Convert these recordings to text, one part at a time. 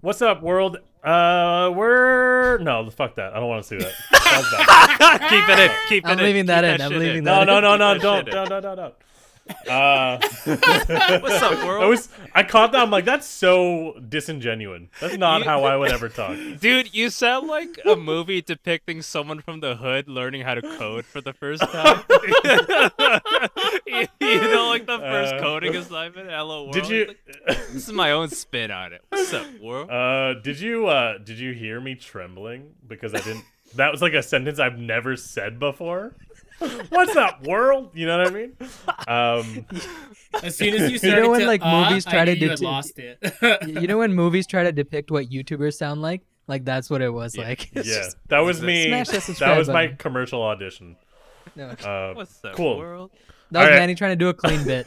What's up, world? Uh, we're no, fuck that. I don't want to see that. Sounds bad. keep it in. Keep I'm it in. leaving keep that in. That I'm shit leaving in. that No, no, no, no, Keep that don't, shit no, in. no, no, no. Uh, What's up, I world? was, I caught that. I'm like, that's so disingenuous. That's not how I would ever talk. Dude, you sound like a movie depicting someone from the hood learning how to code for the first time. you, you know, like the first Uh, coding assignment. Hello, world. Did you? This is my own spin on it. What's up, world? Uh, did you uh did you hear me trembling because I didn't that was like a sentence I've never said before. What's up, world? You know what I mean? Um, As soon as you know started when, to, like, uh, movies I try to knew you had do- lost it. you know when movies try to depict what YouTubers sound like? Like that's what it was like. yeah, It's just- that was me. Smash that that subscribe was my button. commercial audition. no, that was Uh, What's up, cool. world? Alright. Manny trying to do a clean bit.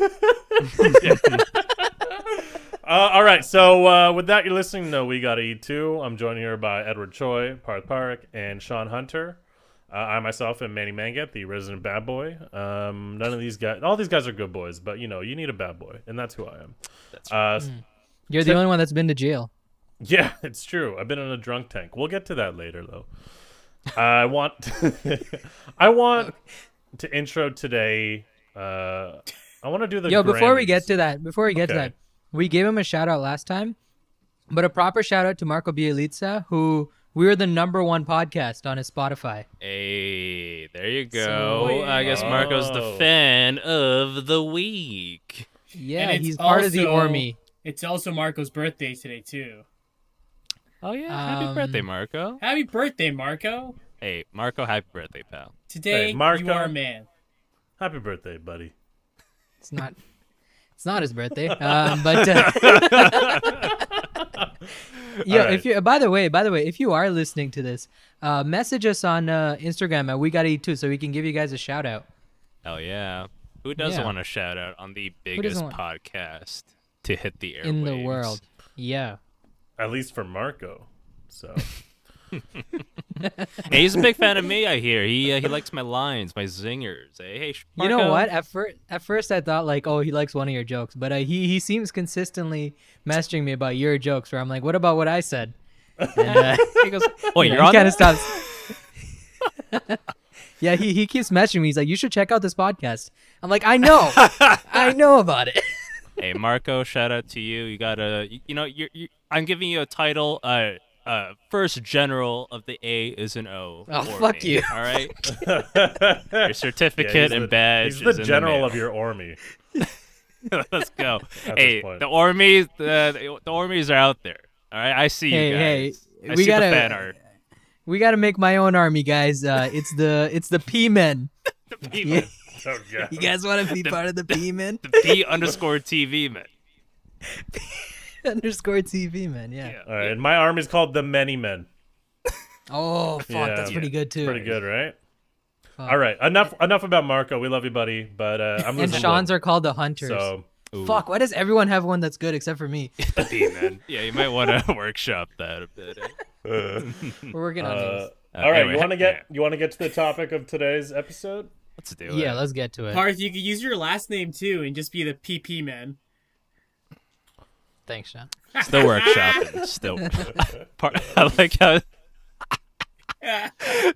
Uh, all right, so uh, with that, you're listening to We Gotta Eat Too. I'm joined here by Edward Choi, Parth Park, and Sean Hunter. Uh, I myself am Manny Mangat, the resident bad boy. Um, none of these guys, all these guys are good boys, but you know, you need a bad boy, and that's who I am. That's uh, You're the only one that's been to jail. Yeah, it's true. I've been in a drunk tank. We'll get to that later, though. I want, I want to intro today. Uh, I want to do the Yo, before we Grammys. get to that, before we get to Okay. that, we gave him a shout out last time, but a proper shout out to Marco Bielitsa, who we were the number one podcast on his Spotify. Hey, there you go. I guess yeah. Marco's the Oh. fan of the week. Yeah, And it's he's part of the also- army. it's also Marco's birthday today too. Oh yeah, happy Um, birthday, Marco. Happy birthday, Marco! Hey, Marco, happy birthday, pal. Today Hey, Marco. you are a man. Happy birthday, buddy. It's not. It's not his birthday, um, but uh, yeah. Alright. If you, by the way, by the way, if you are listening to this, uh, message us on uh, Instagram at We Gotta Eat Too, so we can give you guys a shout out. Hell yeah. Who doesn't Yeah. want a shout out on the doesn't biggest want- podcast to hit the airwaves in the world. Yeah. At least for Marco. So Hey, he's a big fan of me. I hear he uh, he likes my lines, my zingers. Hey, hey, sh- You know Marco. what? At first, at first, I thought like, oh, he likes one of your jokes, but uh, he he seems consistently messaging me about your jokes. Where I'm like, what about what I said? And, uh, He goes, wait, you're he on. kind That? of stops. yeah, he he keeps messaging me. He's like, you should check out this podcast. I'm like, I know, I know about it. hey, Marco, shout out to you. You gotta, you, you know, you're, you. I'm giving you a title. Uh, uh, first general of the A is an O. Oh, for fuck me, you. All right, your Yeah, certificate he's and the- badge. He's is the in general mail. of your army. Let's go. At hey, this point. the Ormies, the, the Ormies are out there. All right, I see Hey, you guys. hey, I we see gotta- the fan art. We got to make my own army, guys. Uh, it's the it's the P men. The Oh god. You guys want to be part of the P men P underscore TV man. underscore TV men? Yeah. Yeah. All right, and my army's called the Many Men. Oh fuck, Yeah. that's pretty good too. Pretty good, right? Fuck. All right, enough enough about Marco. We love you, buddy. But uh, I'm And losing Sean's one, are called the hunters. so Fuck, why does everyone have one that's good except for me? The P man. Yeah, you might want to workshop that a bit. eh? We're working on uh, this. all right. anyway, you want to yeah. get you want to get to the topic of today's episode? Let's do it. Yeah, let's get to it. Parth, you could use your last name too and just be the PP man. Thanks, Sean. Still workshopping. Still. Par- I like how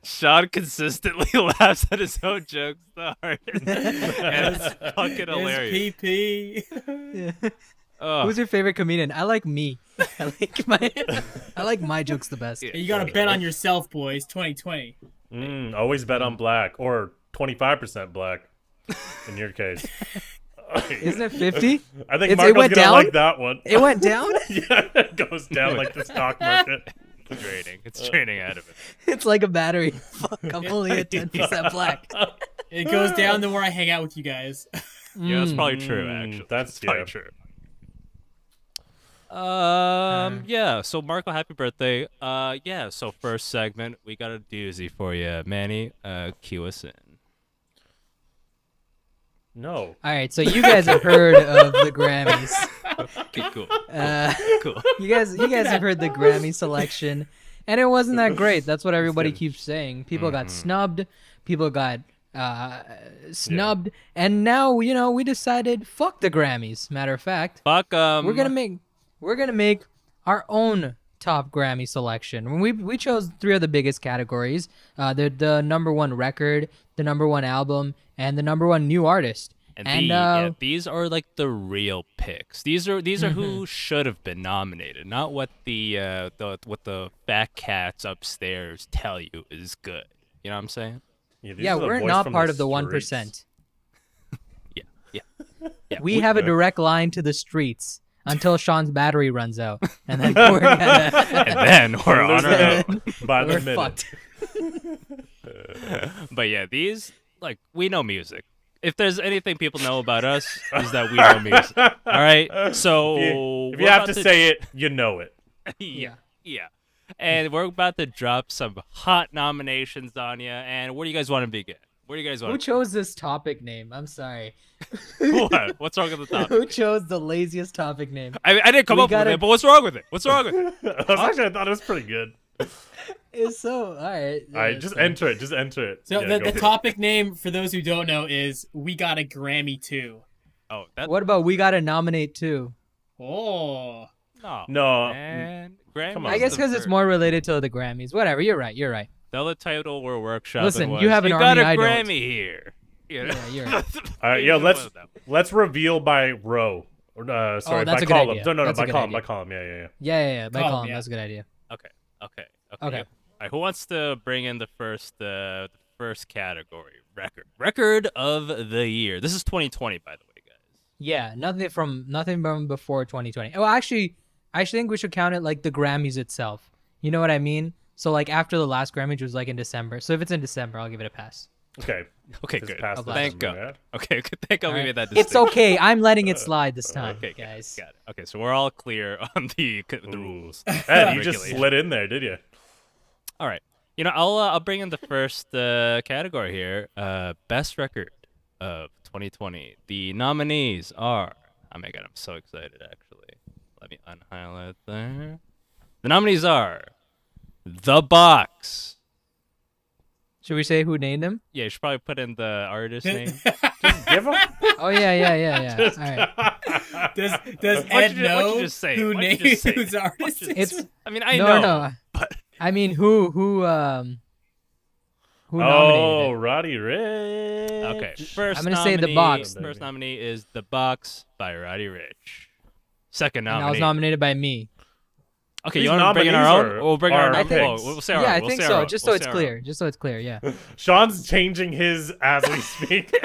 Sean consistently laughs at his own jokes the hardest. and it's fucking hilarious. It's PP. Oh, Who's your favorite comedian? I like me. I like my I like my jokes the best. Yeah. you gotta bet on yourself, boys. 2020. Hmm, Mm, always bet on black or 25% black. In your case, Isn't it 50? I think It's- it Marco's gonna went down? like that one. It went down? yeah, it goes down like the stock market. it's draining. It's draining out of it. It's like a battery. Fuck, I'm only at 10% black. It goes down the more I hang out with you guys. Yeah, that's probably true. Mm, Actually, that's- probably yeah. true. Uh. Um. Yeah. So, Marco, happy birthday. Uh. Yeah. So, first segment, we got a doozy for you, Manny. Uh, cue us in. No, All right, so you guys have heard of the Grammys. Okay, cool. Uh, Cool. you guys you guys have heard the Grammy selection and it wasn't that great. That's what everybody keeps saying. People got snubbed, people got uh snubbed and now you know we decided fuck the Grammys. Matter of fact, Fuck. Um. we're going to make we're going to make our own top Grammy selection. We we chose three of the biggest categories: uh, the the number one record, the number one album, and the number one new artist. And, And, the- uh, yeah, these are like the real picks. These are these are Mm-hmm. who should have been nominated, not what the uh the what the fat cats upstairs tell you is good. You know what I'm saying? these yeah, are the we're boys not from part of the one streets. percent. Yeah, yeah, yeah. We have a direct line to the streets until Sean's battery runs out, and then we're gonna, and then we're on Lose our own. it by the we're minute. fucked. But yeah, these like we know music. If there's anything people know about us, is that we know music. All right. So If you, if we're you have about to, say it, you know it. yeah, yeah. And we're about to drop some hot nominations on you. And where do you guys want to begin? Where do you guys Who want? chose this topic name? I'm sorry. To... what? What's wrong with the top? Who chose the laziest topic name? I, I didn't come We up gotta- with it, but what's wrong with it? What's wrong with it? I was actually, I thought it was pretty good. It's so all right. All right, just so- enter it. Just enter it. So Yeah, go the, for the it. topic name for those who don't know is "We Got a Grammy Too." Oh, that's What about we gotta nominate too? Oh, no. No. Man, Grammys Come on. I guess because it's more related to the Grammys. Whatever. You're right. You're right. Teletitle or workshop. Listen, you have an you got army, a I don't. Grammy here. You know? Yeah, you're right. All right, yo, Yeah, let's well, let's reveal by row. Uh, sorry, Oh, that's by a good column. idea. No, no, no, That's a by good column, idea. by column. Yeah, yeah, yeah. Yeah, yeah, yeah. By Oh, Column, column, yeah. that's a good idea. Okay. Okay. Okay. Okay. All right. Who wants to bring in the first uh, the first category? Record. Record of the year. This is 2020, by the way, guys. Yeah, nothing from nothing from before 2020. Oh, actually, I should think we should count it like the Grammys itself. You know what I mean? So like after the last Grammy, which was like in December. So if it's in December, I'll give it a pass. Okay. Okay. Just Good. pass Okay. this Thank number, God. yeah? Okay. Good. Thank God we Alright. made that It's distinction. okay. I'm letting it slide this time, Uh, Okay. got it, guys. Got it. Okay. So we're all clear on the the rules. Ed, you just Regulation. slid in there, did you? All right. You know, I'll uh, I'll bring in the first uh, category here. Uh, best record of 2020. The nominees are. Oh my god, I'm so excited actually. Let me unhighlight there. The nominees are The Box. Should we say who named him? Yeah, you should probably put in the artist name. Give him. Oh yeah, yeah, yeah, yeah. All right. does does Why'd Ed you ju- why'd you know just say it? who Why'd you named just say whose it? Why'd artist? you- is? It's I mean, I no, know. no. but- I mean, who, who, um, who nominated? Oh, it? Roddy Rich. Okay. First gonna say The nominee- Box. First nominee is The Box by Roddy Rich. Second And I nominee. was nominated by me. Okay, These you want to bring in our nominees own? are- we'll bring our are own. picks. We'll, we'll say our yeah, own. I We'll think say so. our own. Just We'll so it's say our clear. own. Just so it's clear. Yeah. Sean's changing his as we speak.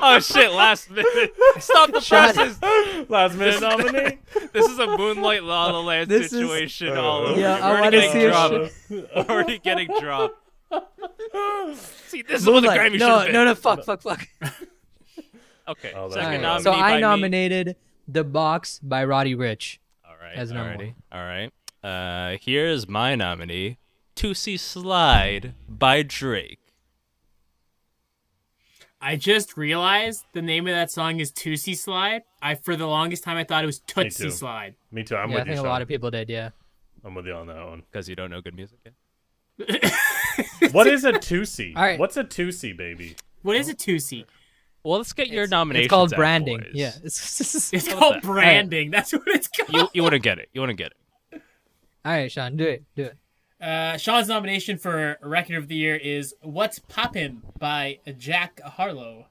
oh shit! Last minute. Stop the Shut presses. Last minute nominee. This is a Moonlight La La Land This is- situation Oh, all over. Yeah, We're I already wanna getting see if dropped. We're already getting dropped. See, this is what the Like, Grammy no, should be. no, no. Fuck, fuck, fuck. Okay, Oh, that's second right. nominee So by I me. nominated The Box by Roddy Rich. All right, as all number right, all right. Uh, here is my nominee: "Tootsie Slide" by Drake. I just realized the name of that song is Tootsie Slide. I for the longest time I thought it was too. Tootsie Slide. Me too. I'm yeah, I with you, think a Sean. lot of people did. Yeah. I'm with you on that one. Because you don't know good music. Yet. What is a Tusi? All right. What's a Tusi, baby? What is a Tootsie? Well, let's get your nomination. It's called branding. Yeah. It's What called the- branding. That's what it's called. you you wouldn't get it. You wouldn't get it. All right, Sean, do it. Do it. Uh, Sean's nomination for Record of the Year is "What's Poppin" by Jack Harlow.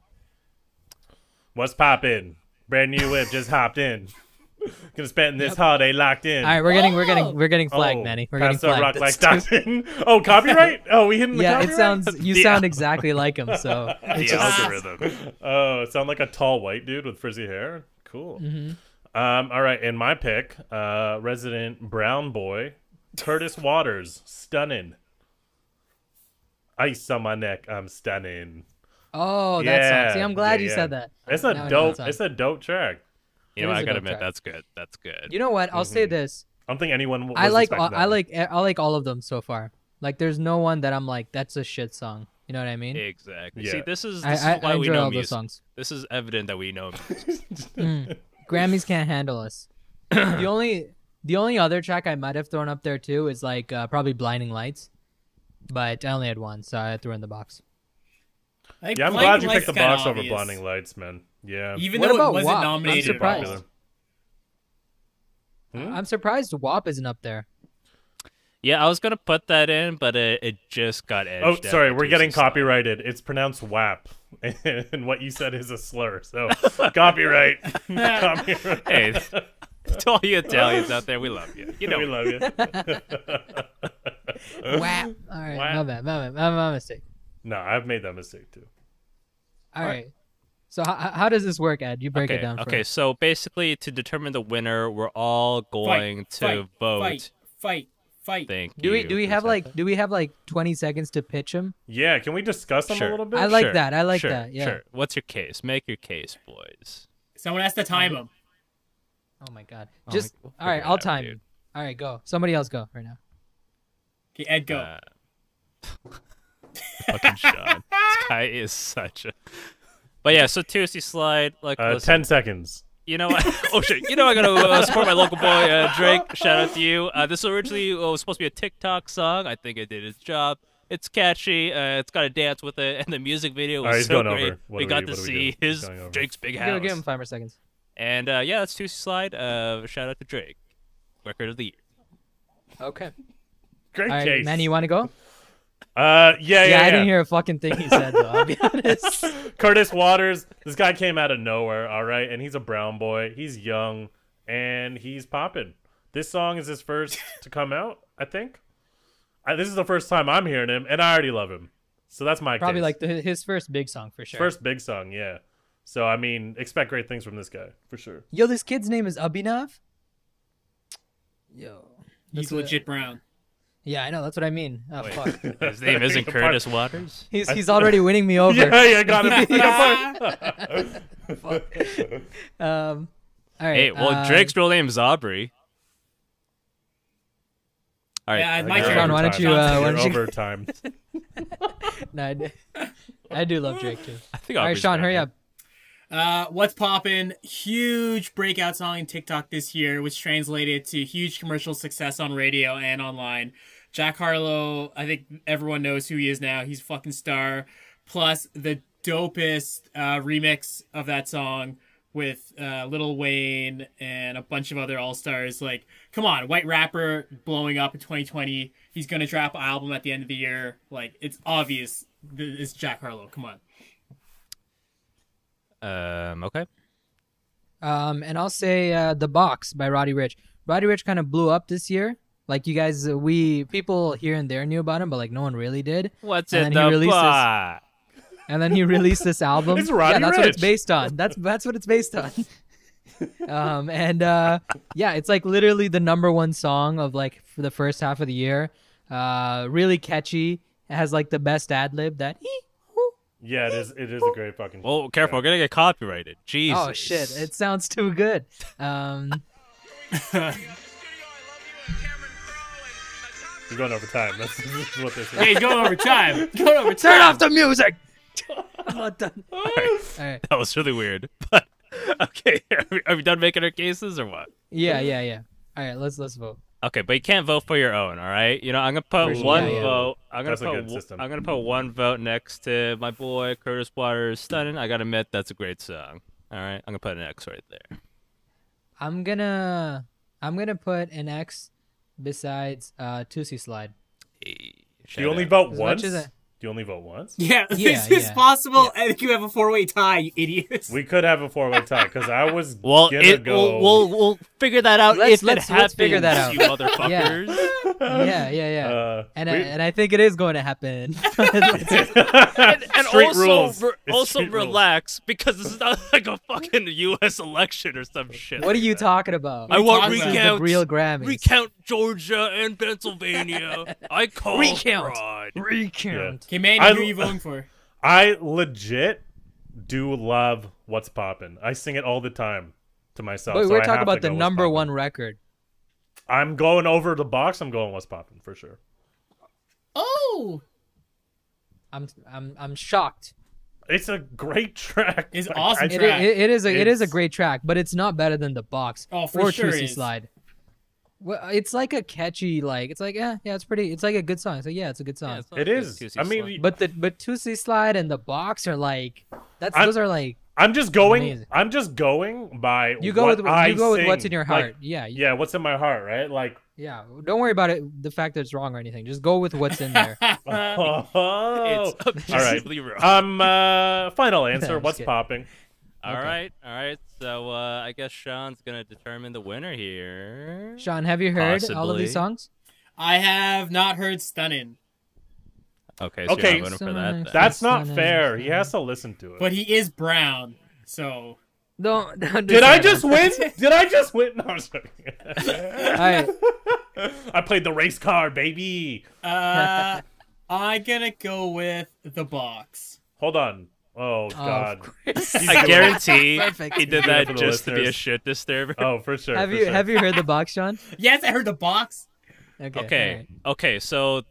What's poppin'? Brand new whip just hopped in. Gonna spend this holiday locked in. All right, we're getting, we're Oh! getting, we're getting flagged, oh, Manny. We're getting Pastor flagged. Rock That's like too- Dawson. Oh, copyright? Oh, we hitting the yeah, copyright? it sounds. You The sound al- exactly like him. So The just- algorithm. Oh, it sound like a tall white dude with frizzy hair. Cool. Um, all right, and my pick, uh, resident brown boy, Curtis Waters, stunning. Ice on my neck, I'm stunning. Oh, that yeah, song. See, I'm glad yeah, you yeah. said that. It's Now a I know that dope. song. It's a dope track. You know, It what, is I a gotta dope admit track. that's good. That's good. You know what? I'll say this. I don't think anyone. w- Mm-hmm. I was like, all, expecting I that. like, I like all of them so far. Like, there's no one that I'm like, that's a shit song. You know what I mean? exactly. Yeah. See, this is I, this I, is why I we enjoy know all those music. songs. This is evident that we know. music. Grammys can't handle us. the only, the only other track I might have thrown up there too is like uh, probably "Blinding Lights," but I only had one, so I threw in the box. I think Yeah, I'm Blinding glad you Lights picked the kinda box over obvious. Blinding Lights, man. Yeah. Even What though it about wasn't WAP? I'm nominated. surprised. Popular. Hmm? I'm surprised WAP isn't up there. Yeah, I was gonna put that in, but it, it just got edged. Oh, out sorry, by we're getting Juicy Slide. copyrighted. It's pronounced WAP, and what you said is a slur. So copyright. copyright. Hey, to all you Italians out there, we love you. You know, we love you. WAP. All right, my WAP. bad, my bad, my, my mistake. no, I've made that mistake too. All right. So how, how does this work, Ed? You break okay, it down. For okay. us. So basically, to determine the winner, we're all going to fight, vote. Fight, fight, fight. Thank Do we you, do we have Giuseppe. like do we have like 20 seconds to pitch him? Yeah, can we discuss them Sure. a little bit? I like Sure, that. I like sure, that. Yeah. Sure. What's your case? Make your case, boys. Someone has to time him. Oh my god. Oh my- Just we'll all right. figure it I'll out, time. dude. you. All right, go. Somebody else go right now. Okay, Ed, go. Uh, fucking Sean. This guy is such a. But yeah, so Tuesday slide like Uh, listen, Ten seconds. You know, what? oh shit! You know, I gotta uh, support my local boy uh, Drake. Shout out to you. Uh, this originally uh, was supposed to be a TikTok song. I think it did its job. It's catchy. Uh, it's got a dance with it, and the music video was Alright, he's so going over. great. What we do got we- to what do we do? see He's his going over. Drake's big Give, house. give him five more seconds. And uh, yeah, that's Tuesday slide. Uh, shout out to Drake, record of the year. Okay. Great All right, case. man. You want to go? Uh, yeah, yeah, yeah, yeah. I didn't hear a fucking thing he said though. I'll be honest. Curtis Waters. This guy came out of nowhere, all right, and he's a brown boy. He's young and he's popping. This song is his first to come out, I think. I, this is the first time I'm hearing him, and I already love him. So that's my Probably case. like the, his first big song for sure. first big song, yeah. So I mean, expect great things from this guy for sure. Yo, this kid's name is Abhinav. Yo. He's that's what- legit brown. Yeah, I know. That's what I mean. Oh Wait. fuck. His name isn't Curtis Waters. He's he's already winning me over. Yeah, yeah, got it. Got it. Um. All right. Hey, well, uh, Drake's real name is Aubrey. All right. Yeah, uh, my You're turn. Sean, why don't you, overtime. uh, why You're don't you- overtime. No, I, do, I do love Drake too. I think All right, Aubrey's Sean, hurry better. up. Uh, what's poppin'? Huge breakout song in TikTok this year, which translated to huge commercial success on radio and online. Jack Harlow, I think everyone knows who he is now. He's a fucking star. Plus the dopest uh, remix of that song with uh, Lil Wayne and a bunch of other all stars. Like, come on, white rapper blowing up in 2020. He's gonna drop an album at the end of the year. Like, it's obvious. Th- It's Jack Harlow. Come on. Um, okay. Um, and I'll say uh, "The Box" by Roddy Rich. Roddy Rich kind of blew up this year. Like you guys, uh, we people here and there knew about him, but like no one really did. What's And in then he the releases- box? And then he released this album. It's Roddy yeah, that's what it's Ricch. based on. That's that's what it's based on. um, and uh, yeah, it's like literally the number one song of like for the first half of the year. Uh, really catchy. It has like the best ad lib that. Yeah, it is. It is a great fucking. Well, careful, we're gonna get copyrighted. Jesus. Oh shit! It sounds too good. Um, You're going over time. That's, this is what this is. Hey, going over time. Going over time. turn off the music. I'm not done. All right. that was really weird. But okay, are we, are we done making our cases or what? Yeah, yeah, yeah. All right, let's let's vote. Okay, but you can't vote for your own, all right? You know, I'm gonna put sure. one Yeah, yeah. vote. I'm gonna That's a put. good w- system. I'm gonna put one vote next to my boy Curtis Waters. Stunning. I gotta admit, that's a great song. All right, I'm gonna put an X right there. I'm gonna I'm gonna put an X besides uh Tusi slide. Hey, Do shout you only out. vote As once? much as Do I- you only vote once? Yeah, Yeah, this is yeah. possible. I think you have a four-way tie, you idiots. We could have a four-way tie because I was Well, gonna it, go. we'll, we'll we'll figure that out if Let's- let's- it happens. let's figure that out. You motherfuckers. Yeah, yeah, yeah. uh, and I, we- and I think it is going to happen. Let's- and Street also rules. re- It's also street rules. relax because this is not like a fucking U.S. election or some shit. what are like you that. talking about? I want this talking is about? recounts. the real Grammys. Recount Georgia and Pennsylvania. I call Recount. fraud. Recount. okay, man, I- who are you voting for? I legit do love what's poppin'. I sing it all the time to myself. But so we're I talking have about to the go What's number Poppin'. one record. I'm going over the box. I'm going what's poppin' for sure. Oh, I'm I'm I'm shocked. It's a great track. It's Like, awesome I- It, track. i- it, it is a it is a It's- great track, but it's not better than the box Oh, for or sure Tusi is. slide. Well, it's like a catchy like it's like yeah yeah it's pretty it's like a good song. It's like yeah it's a good song. Yeah, it's not It good is. to see I mean, slime. But the but Tusi slide and the box are like that's I'm- those are like I'm just going. Amazing. I'm just going by. You go what with I you go with what's sing. in your Like, heart. yeah, you- yeah, what's in my heart, right? Like, yeah. Don't worry about it. The fact that it's wrong or anything. Just go with what's in there. oh, Uh, It's objectively wrong. um, uh, final I'm answer. just what's kidding. popping? all okay. right, all right. So uh, I guess Sean's gonna determine the winner here. Sean, have you heard all of Possibly. these songs? I have not heard stunnin', Okay, so Okay. you're not winning for that. Then. That's That's not not it, fair. that's He not has to listen to it. but he is brown. So Don't. don't Did I decide. just win? Did I just win? No, I'm sorry. All right. I played the race car, baby. uh, I'm gonna go with the box. Hold on. Oh Oh, God. of He's I doing- guarantee Perfect. he Yeah, did that for the just to be a listeners. shit disturber. Oh, for sure. Have for you sure. have you heard the box, Sean? Yes, I heard the box. Okay. Okay. alright. Okay. So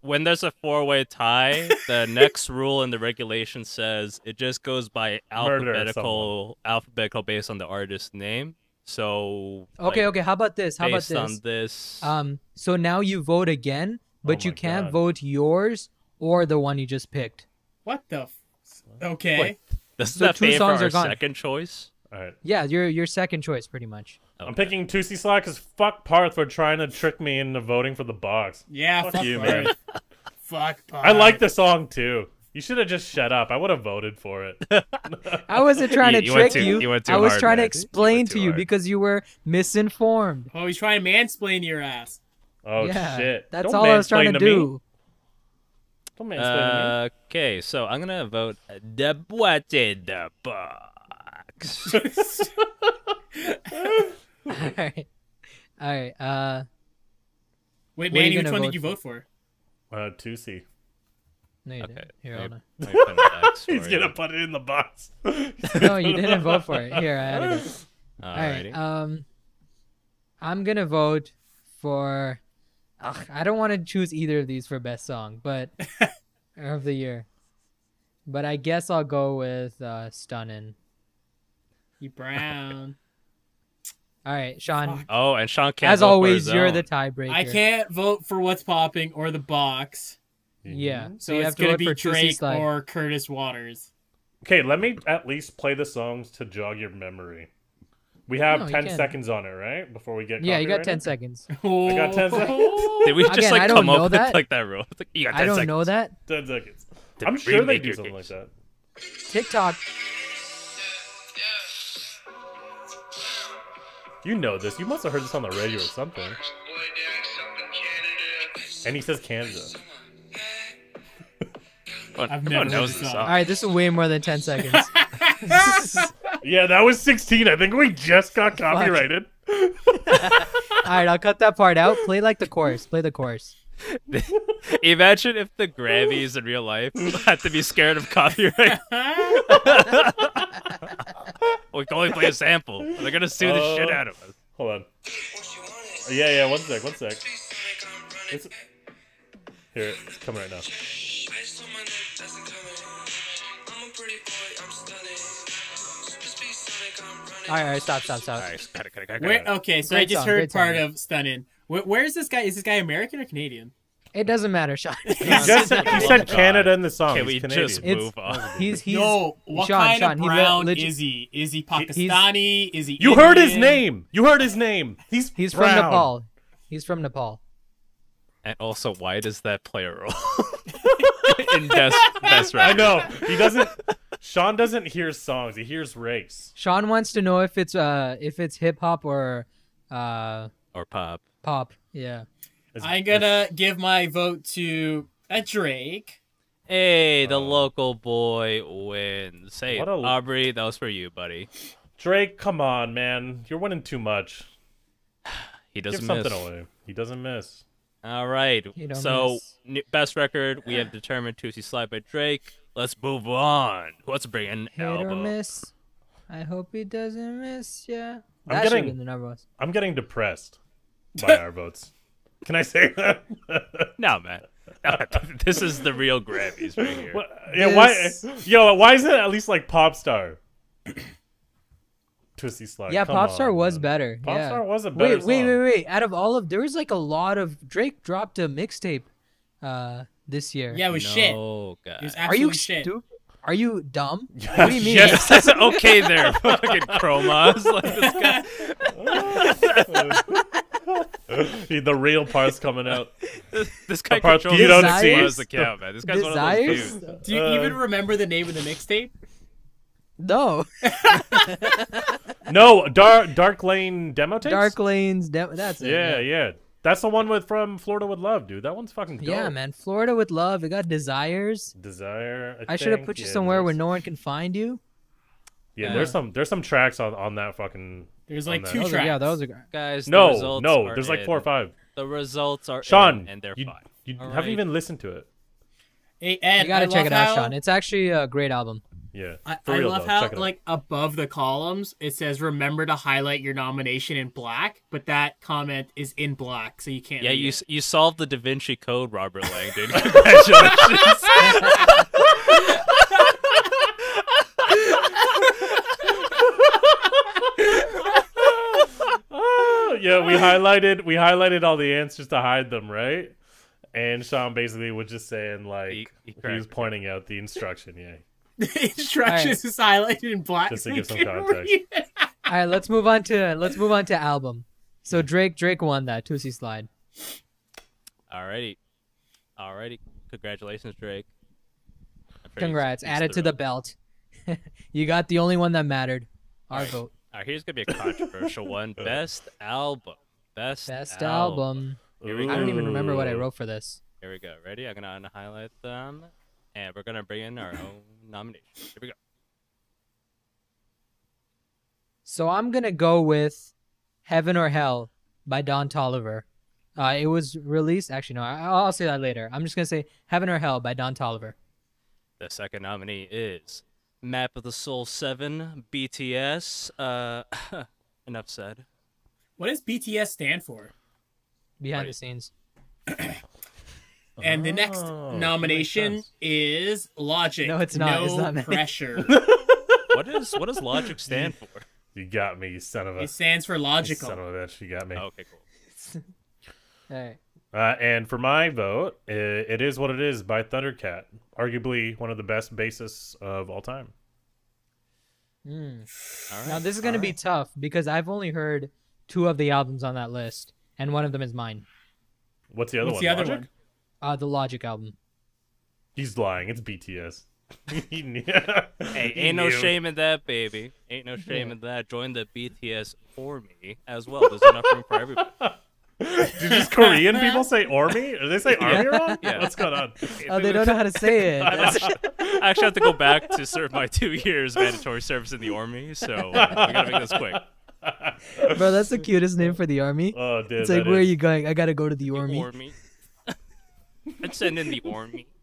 when there's a four-way tie, the next rule in the regulation says it just goes by Murder alphabetical alphabetical based on the artist's name. So Okay. like, Okay. How about this? How about based this? on this, Um, so now you vote again, but Oh you my can't God. vote yours or the one you just picked. What the? F- okay. Wait. does so that two favor songs our are gone. second choice? All right. Yeah, your your second choice, pretty much. I'm Okay. picking Tusi Slot because fuck Parth for trying to trick me into voting for the box. Yeah. Fuck Fuck, you, Barth. man. fuck. Barth. I like the song too. You should have just shut up. I would have voted for it. I wasn't trying You- to you trick went too- you. you went too I was hard, trying to man. You explain went to too you hard. because you were misinformed. Oh, he's trying to mansplain your ass. Oh yeah, shit. that's Don't all I was trying mansplain to, me. do. Don't mansplain to me. Uh, okay, so I'm gonna vote the what in the box. all right, all right. Uh, Wait, What are you Manny, which gonna one vote did you vote for? Uh, Tusi. no, you Okay, didn't. Here, maybe- hold on. Let me put it back, He's sorry. gonna put it in the box. No, you didn't vote for it. Here, I had it. All right. Alrighty. Um, I'm gonna vote for. Ugh, I don't want to choose either of these for best song, but of the year. But I guess I'll go with uh, "Stunnin." You brown. All right, Sean. Fuck. oh, and Sean can't. As vote for always, his you're own. the tiebreaker. I can't vote for what's popping or the box, Yeah. Mm-hmm. so you it's have to gonna vote be for Drake Slide. or Curtis Waters. Okay, let me at least play the songs to jog your memory. We have No, you 10 can. seconds on it, right? Before we get yeah, you got ten copyrighted? seconds. I got 10 Oh. seconds. Did we just Again, I like don't come know up that. with like that rule? It's like, you got I 10 don't seconds. know that 10 seconds. To I'm sure they remake do your something like case. that. TikTok. You know this. You must have heard this on the radio or something. And he says Canada. Everyone- I've everyone never heard knows this this song. All song. right, this is way more than ten seconds. Yeah, that was 16. I think we just got copyrighted. All right, I'll cut that part out. Play like the chorus. Play the chorus. Imagine if the Grammys in real life had to be scared of copyright. we can only play a sample. They're gonna sue the shit Uh, out of us. Hold on. Yeah, yeah, one sec, one sec. It's... Here, it's coming right now. All right, all right, stop, stop, stop. All right, cut it, cut it, cut it, cut Where, it. oh. okay, so I Great just song, heard great song. part of stunning. Where, where is this guy? Is this guy American or Canadian? It doesn't matter, Sean. He, just, he said Canada in the song. Can He's we Canadian. just It's- move on? He's he's no, what Sean, kind Sean, of he li- brown legit- is he? Is he he's- Pakistani? Is he? You heard his Indian? name. You heard his name. He's He's brown. from Nepal. He's from Nepal. And also, why does that play a role in best best I record? know. He doesn't. Sean doesn't hear songs. He hears race. Sean wants to know if it's uh if it's hip hop or uh Or pop. pop. Yeah. It's- I'm gonna give my vote to a Drake. Hey, the local boy wins. Hey, Oh. What a- Aubrey, that was for you, buddy. Drake, come on, man. You're winning too much. He doesn't Give something miss. away. He doesn't miss. All right. You don't So miss. n- best record we have determined Tootsie Slide by Drake. Let's move on. Let's bring an Hit or album. miss. I hope he doesn't miss. Yeah. I'm That should have getting- been the number one. I'm getting depressed by our votes. Can I say that? No, man. this is the real Grammys right here. What- Oh, yeah. Why? This- Yo, why isn't it at least like pop star? Twisty slide. Yeah, come Popstar on, was man. better. yeah. Popstar was a better wait, wait, song. wait, wait. Out of all of there was like a lot of Drake dropped a mixtape uh this year. Yeah, it was shit. It no, God. was Are absolutely you shit. stupid? Are you dumb? What do you mean? Yes, that's okay there. Fucking chromas. Like this guy. the real parts coming out. This guy Apart controls you don't the see. Chromas account, man. This guy's one of those Desires? dudes. Do you Uh, even remember the name of the mixtape? No. No, Dark Dark Lane demo tapes. Dark lanes. Dem- that's it. Yeah, yeah. That's the one with from Florida with Love, dude. That one's fucking dope. Yeah, man. Florida with love. It got desires. Desire. I, I should have think. put you Yeah, somewhere where there's- no one can find you. Yeah, Yeah. there's some there's some tracks on on that fucking. There's on like that. two Those tracks. are, yeah, those are great. Guys, the No, results no. are There's like four or in. five. The results are Sean, in, and they're you, fine. you All haven't right. even listened to it. Hey, Ed, You gotta I check love it out, how- Sean. It's actually a great album. Yeah, I, for I real love though. how Check it out. like above the columns it says remember to highlight your nomination in black, but that comment is in black, so you can't. Yeah, read you it. s- you solved the Da Vinci Code, Robert Langdon. Congratulations. Oh, yeah, we highlighted we highlighted all the answers to hide them, right? And Sean basically was just saying like He- he, he was cracked. pointing out the instruction. Yeah, the instructions is highlighted in black. Just to so give some you can't context. read it. All right, let's move on to let's move on to album. So Drake Drake won that two C slide. Alrighty, alrighty. Congratulations, Drake. I'm pretty Congrats. pleased Add it to the room. belt. you got the only one that mattered. Our Right. vote. All right, here's gonna be a controversial one. Best album. Best. Best album. Here we I don't even remember what I Ooh. wrote for this. Here we go. Ready? I'm gonna highlight them, and we're gonna bring in our own nomination. Here we go. So I'm gonna go with "Heaven or Hell" by Don Tolliver. Uh, it was released. Actually, no, I, I'll say that later. I'm just gonna say "Heaven or Hell" by Don Tolliver. The second nominee is Map of the Soul Seven, BTS. Uh, enough said. What does BTS stand for? Behind the Right. scenes, And the next Oh, nomination makes is Logic. No, it's not. No It's not, man. pressure. What is what does Logic stand for? You got me, you son of a it stands for you son logical. of a bitch. You got me. Okay, cool. All right. Uh, and for my vote, i it is what it is by Thundercat, arguably one of the best bassists of all time. Mm. All right. Now this is gonna be tough because I've only heard two of the albums on that list, and one of them is mine. What's the other What's one? the other Logic? one? Uh, the Logic album. He's lying. It's BTS. He knew- he Hey, ain't no knew. shame in that, baby. Ain't no shame in that. Join the BTS for me as well. There's enough room for everybody. Did these Korean people say Army? Or they say Army wrong? Yeah. What's going on? Oh, they don't know how to say it. That's- I actually have to go back to serve my two years mandatory service in the army, so uh, we gotta make this quick. bro, that's the cutest name for the army. Oh, dude. it's like, that where is- are you going? I gotta go to the army. Army. I'd send in the army.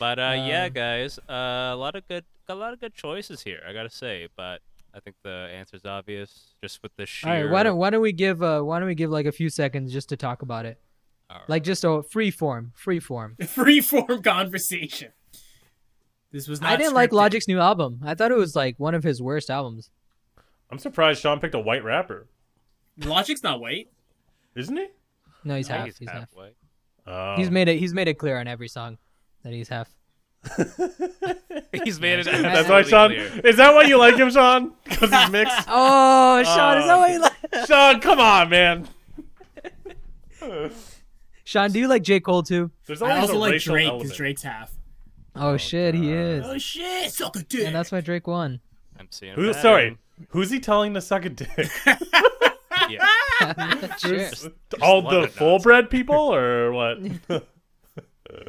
But uh, Um, yeah, guys, uh, a lot of good, a lot of good choices here. I gotta say, but I think the answer's obvious. Just with the sheer. All right, why don't why don't we give uh, why don't we give like a few seconds just to talk about it, All right. like just a free form, free form. Free form conversation. This was not. I didn't like scripted. Logic's new album. I thought it was like one of his worst albums. I'm surprised Sean picked a white rapper, Logic's not white. isn't he? No, he's I think half. He's, half. halfway. Oh. He's made it. He's made it clear on every song that he's half. He's made it. That's why absolutely Sean. clear. Is that why you like him, Sean? Because he's mixed. Oh, Sean, is that what you like? Sean, come on, man. Sean, do you like J Cole too? There's I always also a like racial Drake element. because Drake's half. Oh, shit, he Oh is. shit! Suck a dick. And that's why Drake won. I'm seeing. a Who, pattern. sorry, who's he telling to suck a dick? Yeah. sure. All love the it, full Nazi. bred people, or what?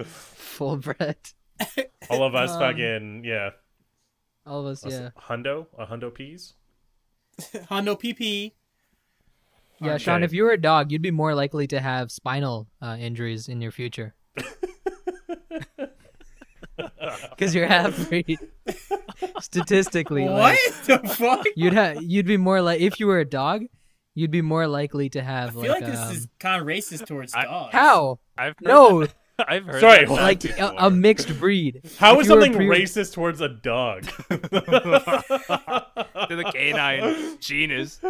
Full Brett. All of us Um, fucking yeah. All of us, Us yeah. Hundo, a hundo peas. Hondo PP. Yeah, Sean, okay. if you were a dog, you'd be more likely to have spinal uh, injuries in your future. Because you're half breed. Statistically, like, What the fuck? you'd have you'd be more like if you were a dog, you'd be more likely to have I feel like um, this is kind of racist towards I- dogs. how I've heard no that- I've heard. Sorry, that what? fact like before. a, a mixed breed. How If is you were something pre- racist towards a dog? to the canine genus.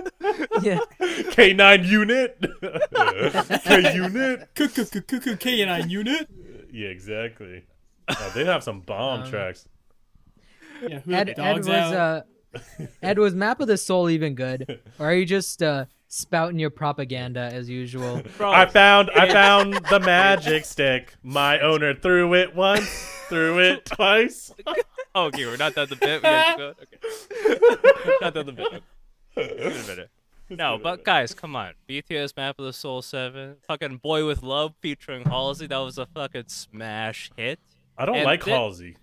Yeah, K9 unit. K unit. K and I unit. Yeah, exactly. Oh, they have some bomb tracks. Yeah, who let Ed, the Ed dogs was out? uh, Ed was map of the soul even good, or are you just uh, spouting your propaganda as usual? oh, Bro, I found I found the magic stick. My owner threw it once, threw it twice. Oh, okay, we're not done the bit. We're gonna go- okay. not done the bit. Wait a minute. No, but guys, come on. BTS Map of the Soul 7, fucking Boy with Love featuring Halsey. That was a fucking smash hit. I don't And like thi- Halsey,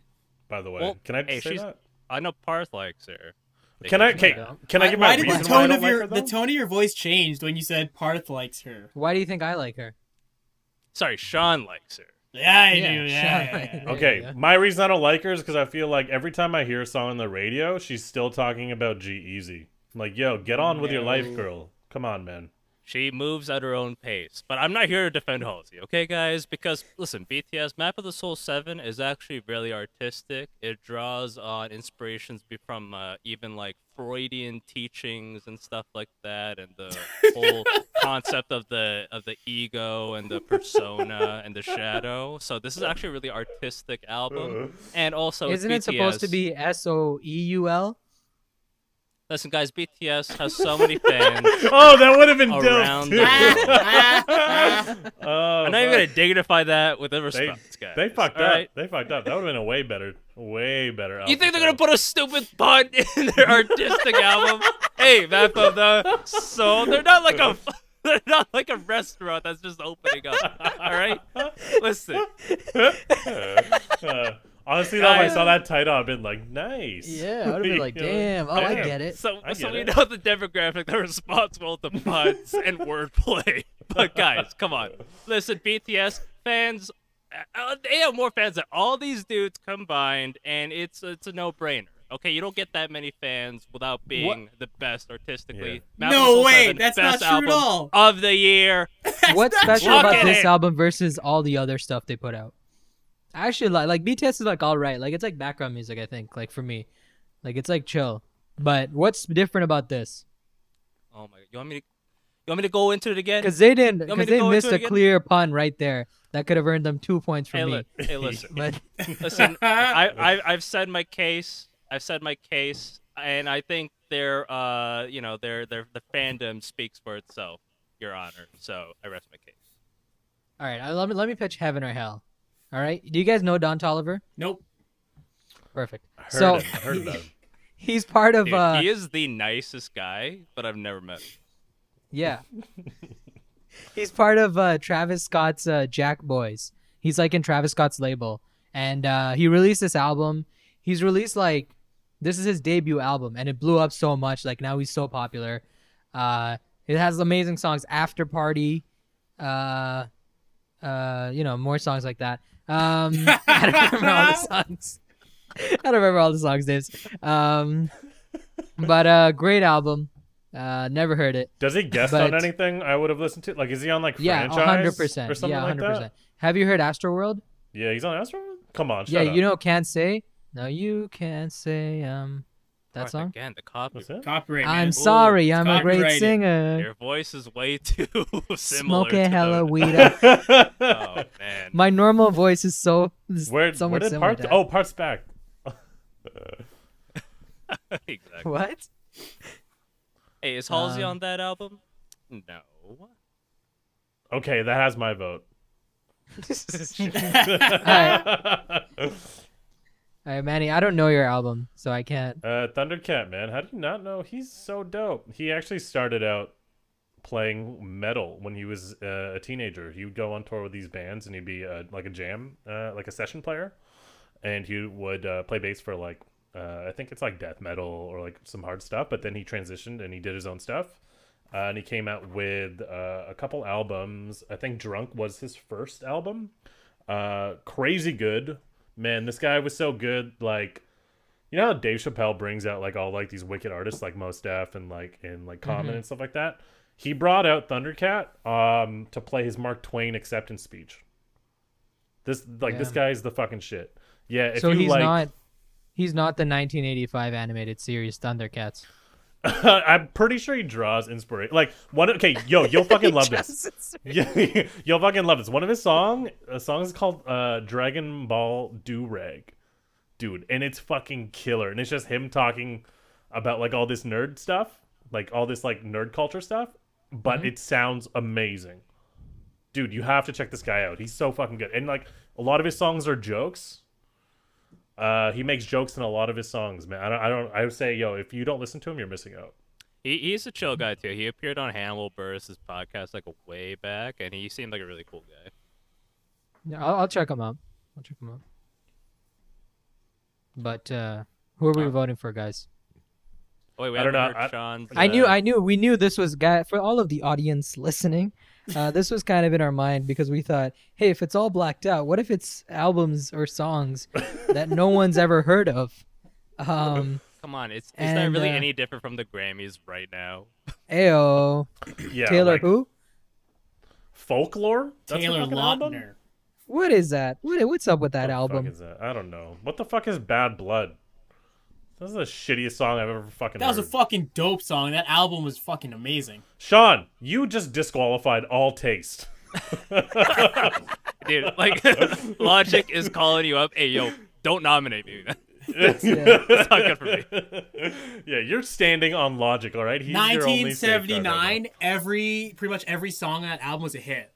by the way. Well, can I hey, say she's- that? I know Parth likes her. They Can I just- can, can I Why- give my why did reason the why I tone don't of like your her, the though? tone of your voice changed when you said Parth likes her? Why do you think I like her? Sorry, Sean likes her. Yeah, I Yeah, do. Yeah, sure. yeah, yeah. There Okay, you go. my reason I don't like her is because I feel like every time I hear a song on the radio, she's still talking about G Easy. Like, yo, get on with your life, girl. Come on, man. She moves at her own pace. But I'm not here to defend Halsey, okay, guys? Because, listen, BTS Map of the Soul 7 is actually really artistic. It draws on inspirations be- from uh, even like Freudian teachings and stuff like that, and the whole concept of the of the ego and the persona and the shadow. So this is actually a really artistic Uh. album. And also, it's Isn't it supposed to BTS. be S O E U L? Listen, guys, BTS has so many fans. Oh, that would have been dope. Around Too. the world. oh, I know you're gonna dignify that with a They, response, guys. they fucked all up. right? They fucked up. That would have been a way better, way better. You think outfit they're gonna put a stupid pun in their artistic album? Hey, map of the soul. They're not like a. They're not like a restaurant that's just opening up. All right, listen. Uh, honestly, though, if I Guys. saw that title, I'd been like, nice. Yeah, I would have been like, damn. Oh, I Damn. get it. So, I so get we it. know the demographic that's responsible to puns and wordplay. But guys, come on. Listen, BTS fans, uh, they have more fans than all these dudes combined, and it's it's a no-brainer. Okay, you don't get that many fans without being the best artistically. Mouth of No the Soul way, 7, that's best not true at album all. Of the year, What's special Look about at this it. album versus all the other stuff they put out? I actually like like BTS is like all right, like it's like background music. I think like for me, like it's like chill. But what's different about this? Oh my god, you want me to you want me to go into it again? Because they didn't, You want me because to they go into missed it a again? clear pun right there that could have earned them two points for hey, me. li- hey, listen. But Listen, I, I I've said my case. I've said my case, and I think their uh you know their their the fandom speaks for itself, Your Honor. So I rest my case. all right, I, let me let me pitch heaven or hell. All right, do you guys know Don Tolliver? Nope. Perfect. Heard so it, heard about it. he's part of Dude, uh, he is the nicest guy, but I've never met. Him. Yeah. He's part of uh, Travis Scott's uh, Jack Boys. He's like in Travis Scott's label. And uh, he released this album. He's released like, this is his debut album, and it blew up so much. Like, now he's so popular. Uh, it has amazing songs After Party, uh, uh, you know, more songs like that. Um, I don't remember all the songs. I don't remember all the songs, Dave's. Um, but uh, great album. Uh, never heard it. Does he guest on But- anything I would have listened to? Like, is he on like Yeah, franchise hundred percent. or something Yeah, like hundred that? percent. Have you heard Astroworld? Yeah, he's on Astro. Come on, Yeah, shut you up. know can't say. No, you can't say. Um, that Mark, song. again. The copy. That's it. Copyright. man. I'm sorry, I'm a great copyrighted. singer. Your voice is way too similar. Smoke to a the- hella weed. Oh man. My normal voice is so is Where, so where much did similar. Parts? to that. Oh, Parts back. exactly. what? Hey, is Halsey Um, on that album? No. Okay, that has my vote. All right. All right, Manny. I don't know your album, so I can't. Uh, Thundercat, man, how do you not know? He's so dope. He actually started out playing metal when he was uh, a teenager. He would go on tour with these bands, and he'd be uh, like a jam, uh, like a session player, and he would uh, play bass for like uh, I think it's like death metal or like some hard stuff. But then he transitioned and he did his own stuff, uh, and he came out with uh, a couple albums. I think Drunk was his first album. Uh, crazy good, man. This guy was so good, like. You know how Dave Chappelle brings out like all like these wicked artists like Mos Def and like and like Common Mm-hmm. and stuff like that. He brought out Thundercat um to play his Mark Twain acceptance speech. This like this Yeah. guy's the fucking shit. Yeah, if so you he's like not. He's not the 1985 animated series Thundercats. I'm pretty sure he draws inspiration. Like one, okay, yo, you'll fucking love this. Just- Yeah, you'll fucking love this. One of his song, a song is called uh, Dragon Ball Do Rag, dude, and it's fucking killer. And it's just him talking about like all this nerd stuff, like all this like nerd culture stuff, but Mm-hmm. it sounds amazing. Dude, you have to check this guy out. He's so fucking good. And like a lot of his songs are jokes. Uh, he makes jokes in a lot of his songs, man. I don't, I don't, I would say, yo, if you don't listen to him, you're missing out. He, he's a chill guy too. He appeared on Hannibal Burris' podcast like way back, and he seemed like a really cool guy. Yeah, I'll, I'll check them out. I'll check them out. But uh, who are we voting for, guys? Oh, wait, we I don't haven't know, heard I- Sean's. I knew, uh, I knew, we knew this was guy for all of the audience listening. Uh, this was kind of in our mind because we thought, hey, if it's all blacked out, what if it's albums or songs that no one's ever heard of? Um, Come on, it's, it's And, not really uh, any different from the Grammys right now. Ayo, Yeah, Taylor, like, who? folklore. That's the Taylor fucking album? Lautner. What is that? What, what's up with that What the album? Fuck is that? I don't know. What the fuck is Bad Blood? This is the shittiest song I've ever fucking That was a heard. fucking dope song. That album was fucking amazing. Sean, you just disqualified all taste. Dude, like, Logic is calling you up. Hey, yo, don't nominate me. That's not good for me. yeah, you're standing on logic, all right? He's your only safeguard right now. 1979. Every pretty much every song on that album was a hit.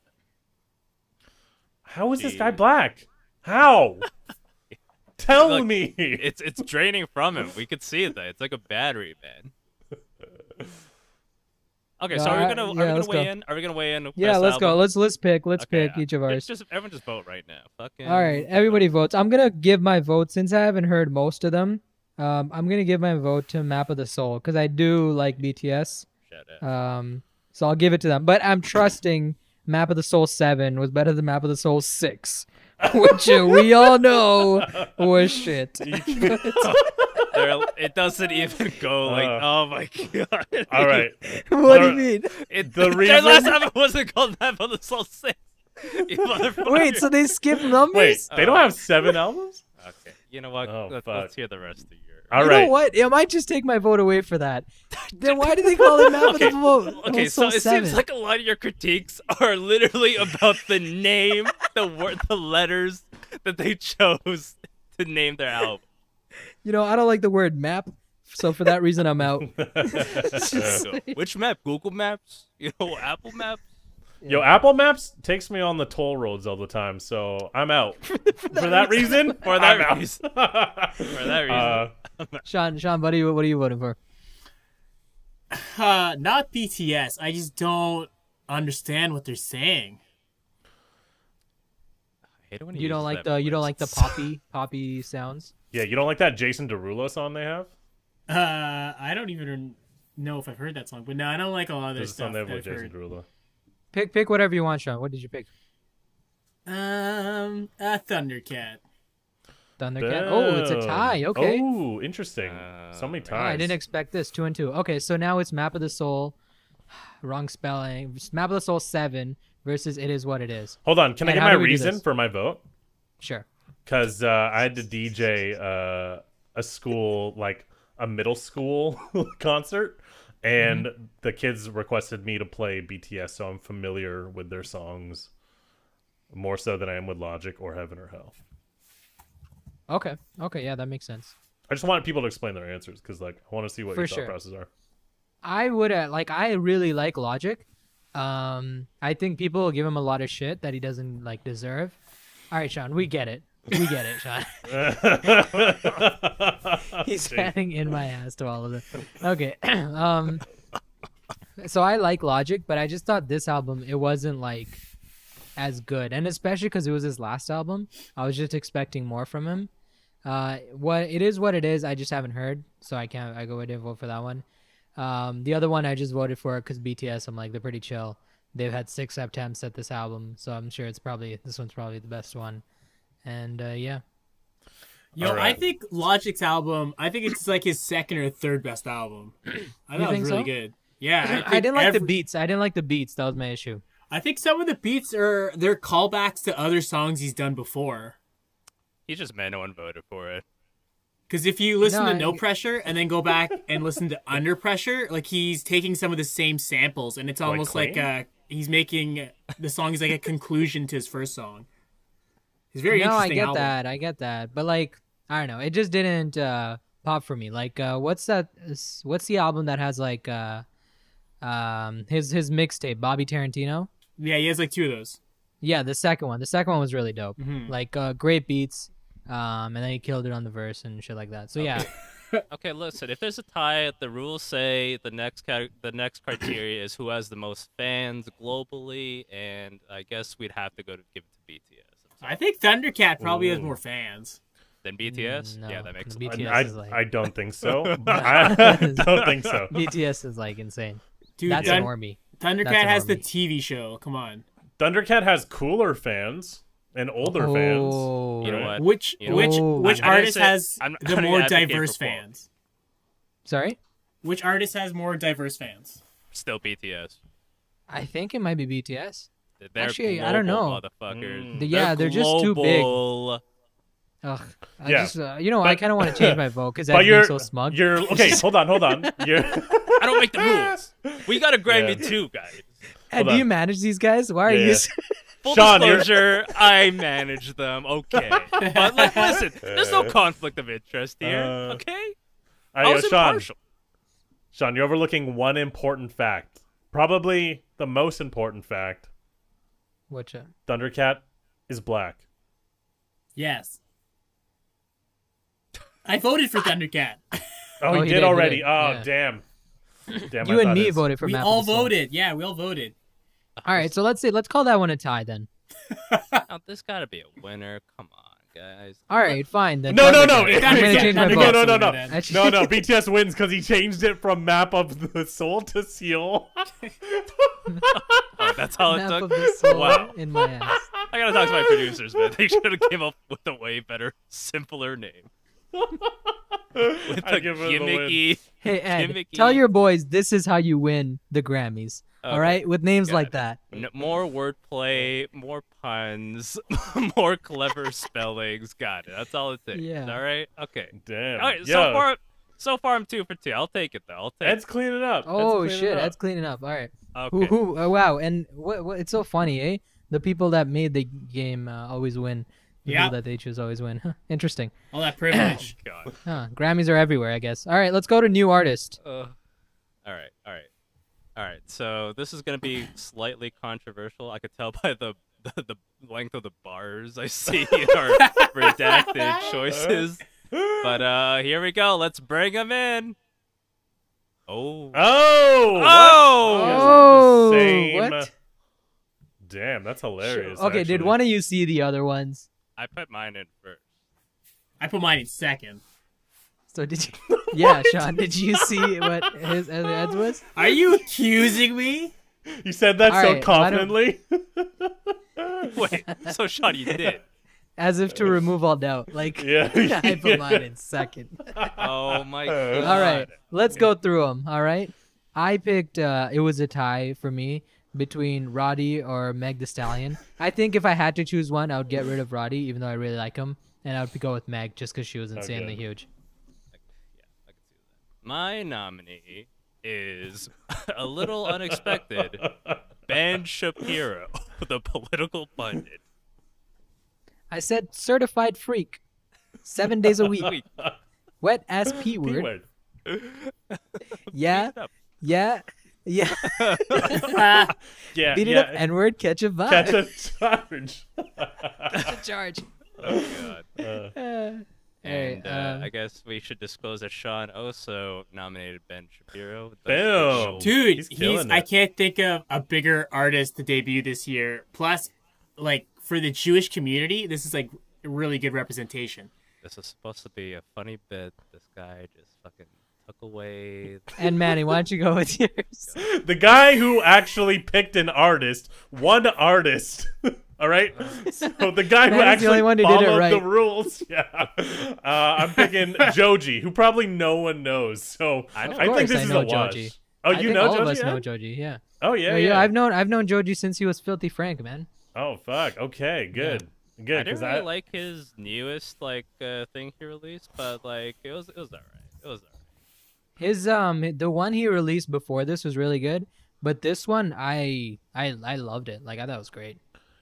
How is this guy Jeez. black? How? Tell Look, me. It's it's draining from him. We could see that. It's like a battery, man. Okay, so No, are we I- gonna are yeah, we let's gonna weigh go. in? Are we gonna weigh in? with Yeah, best let's go. album? Let's let's pick. Let's Okay, pick uh, each of ours. Just everyone just vote right now. Fucking. All right, everybody votes. I'm gonna give my vote since I haven't heard most of them. Um, I'm gonna give my vote to Map of the Soul because I do like BTS. Shut up. Um, so I'll give it to them. But I'm trusting Map of the Soul Seven was better than Map of the Soul Six, which uh, we all know was shit. They're- it doesn't even go like. Uh, oh my god. all right. what do you There- mean? It, The the reason- reason last time it wasn't called that, but the soul six. You motherfucker. Wait, so they skip Wait, numbers? they don't uh, have seven albums? Okay. You know what? Oh, let's, fuck. let's hear the rest of your. All right. you know what? I might just take my vote away for that. Then why do they call it Map Okay, of the Vote? Okay, so it seems like a lot of your critiques are literally about the name, the word, the letters that they chose to name their album. you know I don't like the word map, so for that reason I'm out. So, which map? Google Maps? You know, Apple Maps? Yo, Apple Maps takes me on the toll roads all the time, so I'm out. For that reason? For I'm that out. For reason. For that reason. Uh, Sean, Sean, buddy, what are you voting for? Uh, not BTS. I just don't understand what they're saying. I hate it when You don't use like that the you don't word. like the poppy poppy sounds. yeah, you don't like that Jason Derulo song they have? Uh, I don't even know if I've heard that song, but no, I don't like a lot of their There's a stuff. song they have That with I've Jason heard. Derulo. Pick pick whatever you want, Sean. What did you pick? Um, uh, Thundercat. Thundercat. Oh, it's a Boom. tie. Okay. Oh, interesting. so many Oh, times. I didn't expect this. Two and two. Okay, so now it's Map of the Soul. Wrong spelling. Map of the Soul seven versus It Is What It Is. Hold on. Can I And get how my do we do reason this? for my vote? Sure. Because uh, I had to DJ uh, a school, like a middle school concert, and Mm-hmm. the kids requested me to play BTS, so I'm familiar with their songs more so than I am with Logic or Heaven or Hell. Okay. Okay. Yeah, that makes sense. I just wanted people to explain their answers because, like, I want to see what For your thought sure. processes are. I would uh, like. I really like Logic. Um, I think people give him a lot of shit that he doesn't like deserve. All right, Sean, we get it. We get it, Sean. He's fanning in my ass to all of it. Okay. um so I like Logic, but I just thought this album it wasn't like as good. And especially cuz it was his last album, I was just expecting more from him. Uh what it is what it is, I just haven't heard, so I can't I go I didn't vote for that one. Um the other one I just voted for cuz BTS I'm like they're pretty chill. They've had 6 attempts at this album, so I'm sure it's probably this one's probably the best one. And uh yeah. Yo, All right. I think Logic's album. I think it's like his second or third best album. I You thought it think was so? really good. Yeah, think I didn't like the every- beats. I didn't like the beats. That was my issue. I think some of the beats are they're callbacks to other songs he's done before. He just meant no one voted for it. Because if you listen No, to No I- Pressure and then go back and listen to Under Pressure, like he's taking some of the same samples, and it's almost like, Queen? uh, he's making the song is like a conclusion to his first song. It's very no, I interesting. get album. that. I get that. But like, I don't know. It just didn't uh, pop for me. Like, uh, what's that? s- What's the album that has like, uh, um, his his mixtape, Bobby Tarantino? Yeah, he has like two of those. Yeah, the second one. The second one was really dope. Mm-hmm. Like, uh, great beats. Um, and then he killed it on the verse and shit like that. So yeah, Okay, listen. If there's a tie, the rules say the next cate- the next criteria is who has the most fans globally, and I guess we'd have to go to give it to BTS. I'm sorry. I think Thundercat probably has Ooh. more fans. Then BTS. Mm, yeah, no, that makes. 'cause a lot- BTS I, is like- I don't think so. I don't think so. BTS is like insane. Dude, That's Thun- an normie. Thundercat That's an has the army. TV show. Come on, Thundercat has cooler fans and older fans. Oh, You know Right. what? which You know which what? which I'm not artist gonna say- has I'm not the gonna more advocate for diverse quality. fans? Oh, Sorry, Which artist has more diverse fans? Still BTS. I think it might be BTS. They're Actually, I don't global know. Motherfuckers. Mm. The- yeah, they're just too big. global. Ugh, I Yeah. just, uh, you know, I But- kind of want to change my vote because But I'm being you're so smug. You're okay. Hold on, hold on. You're I don't make the rules. We got a Grammy Yeah. too, guys. Ed, hold do on. you manage these guys? Why are Yeah, you? yeah. so- Full Sean, you're- disclosure, I manage them. Okay, but like, listen, there's no conflict of interest here. Uh, okay, I, I was uh, Sean. impartial. Sean, you're overlooking one important fact. Probably the most important fact. Which, uh, Thundercat is black. Yes. I voted for Thundercat. Oh, Oh, he, he did, did, he already. did, Oh, yeah. damn. Damn. I you and thought me it's- voted for. we Map of all the Soul. voted. Yeah, we all voted. All right, so let's see. Let's call that one a tie then. Now, there's got to be a winner. Come on, guys. All right, fine. Then No, no, no. Thundercat. I'm gonna Thundercat, change my Thundercat. no, vote. no, no, no, vote. no, no, no. BTS wins because he changed it from Map of the Soul to Seal. Oh, that's all it Map of took. the soul Wow. in my ass. I gotta talk to my producers, man. They should have came up with a way better, simpler name. With I a give him the win. gimmicky. Hey Ed, Gimmicky. tell your boys this is how you win the Grammys. All Okay, right, with names got like it. that. N- more wordplay, more puns, more clever spellings. Got it. That's all it takes. Yeah. All right. Okay. damn. All right. So Yo, far, so far I'm two for two. I'll take it though. I'll take. Ed's cleaning up. Oh Ed's cleaning shit, up. that's cleaning up. All right. it. Okay. Who, who, oh, wow, and what, what, it's so funny, eh? The people that made the game uh, always win. The Yeah. people that they choose always win. Huh, interesting. All that privilege. God. Huh, Grammys are everywhere, I guess. All right, let's go to new artist. Uh, all right, all right, all right. So this is gonna be slightly controversial. I could tell by the the, the length of the bars I see in our redacted choices. But uh, here we go. Let's bring them in. Oh. Oh. what? Oh. Oh, the same- what? Damn, that's hilarious. okay, did actually. one of you see the other ones? I put mine in first. I put mine in second. So did you? yeah, Sean, did you see what his uh, Ed's was? Are you accusing me? You said that All so right, why don't- confidently. Wait. So Sean, you did. As if to remove all doubt. Like, Yeah. I put mine in second. Oh my. All God. All right, let's go through them. All right, I picked. Uh, it was a tie for me between Roddy or Meg The Stallion. I think if I had to choose one, I would get rid of Roddy, even though I really like him, and I would go with Meg just because she was insanely Okay. huge. I can see that. My nominee is a little unexpected Ben Shapiro, the political pundit. I said certified freak, seven days a week, Wait, wet ass p P word. word. Yeah, yeah, yeah. Uh, Yeah. Beat it yeah. up, n word, catch a vibe. Catch a charge. a charge. oh god. Uh, And uh, um, I guess we should disclose that Sean also nominated Ben Shapiro. The- Boom. Dude, He's he's, killing it. I can't think of a bigger artist to debut this year. Plus, like for the Jewish community, this is like really good representation. This is supposed to be a funny bit. This guy just fucking took away. and Manny, why don't you go with yours? the guy who actually picked an artist, one artist. All right. So the guy who That is actually the only one who did it followed the right. rules. Yeah. Uh, I'm picking Joji, who probably no one knows. So I, know. Of think course this I is know a wash. Joji. Oh, I you think know all Joji? of us yeah? know Joji. Yeah. Oh yeah, No, yeah, I've known I've known Joji since he was Filthy Frank, man. Oh fuck. Okay, good. I Good, didn't because really I, like his newest like uh, thing he released, but like it was it was alright. It was alright. His um the one he released before this was really good, but this one I I I loved it. Like I thought it was great.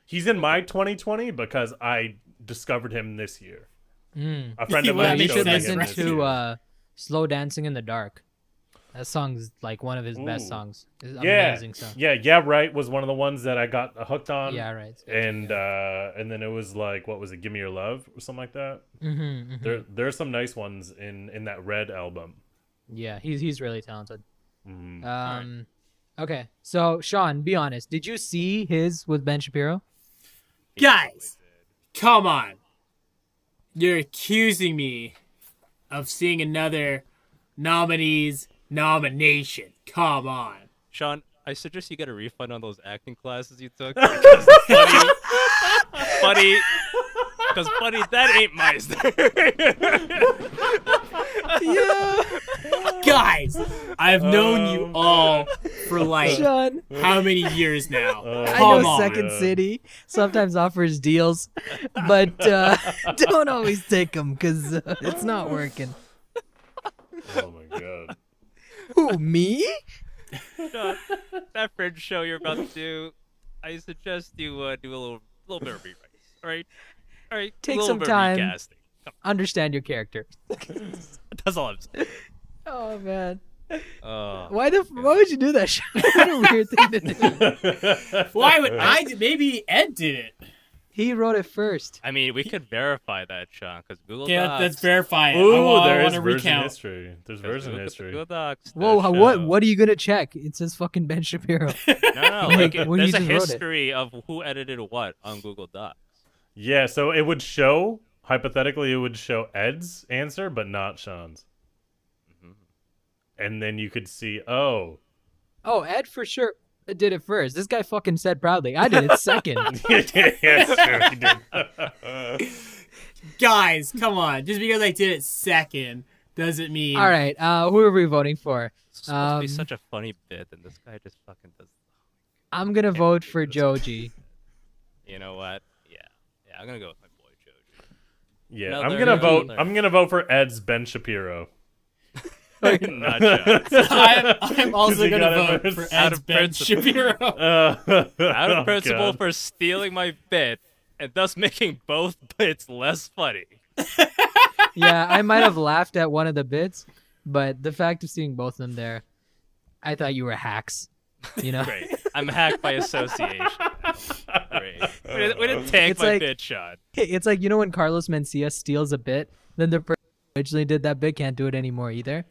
he's in my 2020 because I discovered him this year. Mm. A friend of Well, Yeah, mine you that makes showed should me sense, him listen right? this to year. uh Slow Dancing in the Dark. That song's like one of his best Ooh. songs. It's an yeah, amazing song. yeah, yeah. Right was one of the ones that I got hooked on. Yeah, right. It's good too, and uh and then it was like what was it give me your love or something like that yeah. Mhm, mhm. there there's some nice ones in in that red album Yeah, he's he's really talented. Mm. right. Um, okay. So Sean, be honest. Did you see his with Ben Shapiro? Guys, come on. You're accusing me of seeing another nominee's nomination. Come on. Sean, I suggest you get a refund on those acting classes you took. Because buddy, buddy, because buddy, that ain't Meister. Yeah, Guys, I've known Oh, you all for like Sean. how many years now? Oh, I Come know on. Second Yeah. City sometimes offers deals, but uh, don't always take them because uh, it's not working. oh my god Who me? Sean, that fringe show you're about to do, I suggest you uh, do a little, little bit of rewrite. All right, all right. Take little some bit of time. recasting. Come Understand your character. on, That's all I'm saying. Oh man, Uh, why the? f Why would you do that? Sean? what a weird thing to do. Why would I? do- Maybe Ed did it. He wrote it first. I mean, we could verify that, Sean, because Google Yeah, Docs. let's Oh, verify it. I wa- Ooh, I there want is to version recount. history. There's 'cause version look at the history. Google Docs. that Whoa, how- what? show- What are you gonna check? It says fucking Ben Shapiro. No, no, Like, like, it- what do you there's a just wrote it? history of who edited what on Google Docs. Yeah, so it would show hypothetically it would show Ed's answer, but not Sean's. Mm-hmm. And then you could see, oh, Oh, Ed for sure did it first. This guy fucking said proudly. I did it second. yes, sure he did. Guys, come on. Just because I did it second doesn't mean. All right, uh, who are we voting for? It's supposed to be Um, such a funny bit, and this guy just fucking does. I'm gonna vote for this- Joji. You know what? Yeah, yeah, I'm gonna go with my boy Jojo. yeah, No, I'm there gonna is vote. another. I'm gonna vote for Ed's Ben Shapiro. Not Sean. Oh, I'm, I'm Because also you going to gotta vote for verse- out Ed's of Ben principle. Shapiro. Uh, Out oh, of principle God. for stealing my bit and thus making both bits less funny. yeah, I might have laughed at one of the bits, but the fact of seeing both of them there, I thought you were hacks. You know, Great. I'm hacked by association. Great. We didn't, we Oh. didn't tank It's my like- bit, Sean. it's like you know when Carlos Mencia steals a bit, then the person who originally did that bit can't do it anymore either.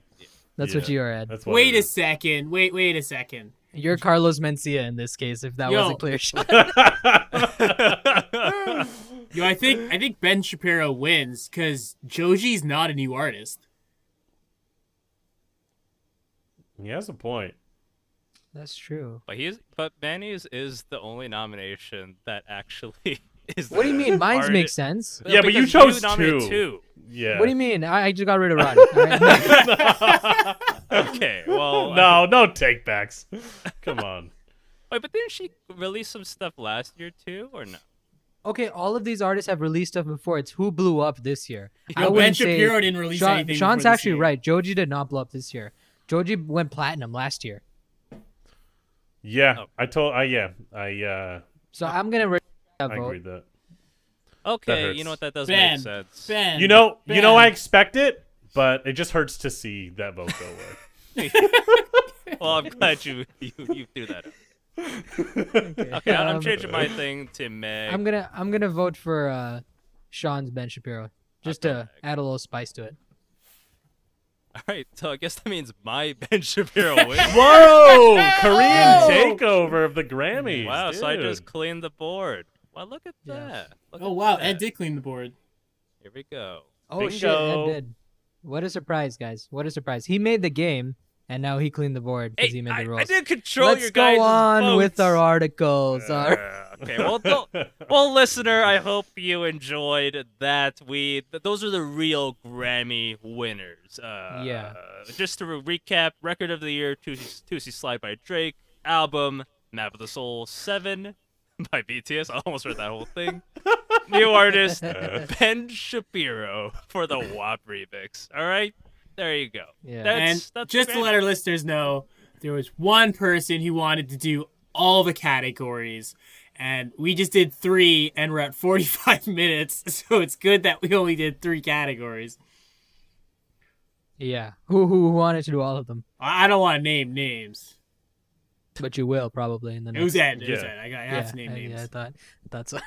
That's what Yeah. you are, Ed. That's what it Wait a is. second. Wait, wait a second. You're Carlos Mencia in this case, if that Yo. wasn't clear. Yo, I think I think Ben Shapiro wins because Joji's not a new artist. He has a point. That's true. But he's but Manny's is the only nomination that actually is. What do you the mean? Mine hard- makes sense. Yeah, but you because chose nominated two. two. Yeah. What do you mean? I, I just got rid of Roddy. all right? Okay, well, I No, no take backs. Come on. Wait, but didn't she release some stuff last year too, or no? Okay, all of these artists have released stuff before. It's who blew up this year. Yo, Ben wouldn't Shapiro didn't release Sean- anything Sean's before this actually year. right. Joji did not blow up this year. Joji went platinum last year. Yeah, Oh. I told. I yeah, I uh, So I'm gonna re- that I vote. agreed that. Okay, hurts. you know what? That does Ben, make sense. Ben, You know, you know, Ben. I expect it, but it just hurts to see that vote go away. Well, I'm glad you you, you threw that. Up. Okay, I- I'm Um, changing my thing to Meg. I'm gonna I'm gonna vote for uh, Sean's Ben Shapiro just to add a little spice to it. All right, so I guess that means my Ben Shapiro wins. Whoa! Korean takeover of the Grammys. wow, so I dude. just cleaned the board. Wow, look at Yeah. that. Look Oh at wow, that. Ed did clean the board. Here we go. Oh shit, Ed Bingo. did. What a surprise, guys! What a surprise. He made the game, and now he cleaned the board because Hey, he made I, the I rules. did control Let's your go guys' on with our votes. articles. all right. Uh, okay, well, th- well, listener, I hope you enjoyed that. We th- those are the real Grammy winners. Uh, Yeah. Just to re- recap, record of the year: Tusi Slide by Drake, album Map of the Soul Seven, by BTS. I almost read that whole thing. New artist Ben Shapiro for the WAP remix. All right, there you go. Yeah. That's, And that's just to Ben. let our listeners know, there was one person who wanted to do all the categories, and we just did three, and we're at 45 minutes. So it's good that we only did three categories. Yeah. Who who wanted to do all of them? I I don't want to name names. But you will probably in the It next. was Ed. It was Yeah. Ed. I, got, I yeah, have to name I, names. yeah, I thought that's. all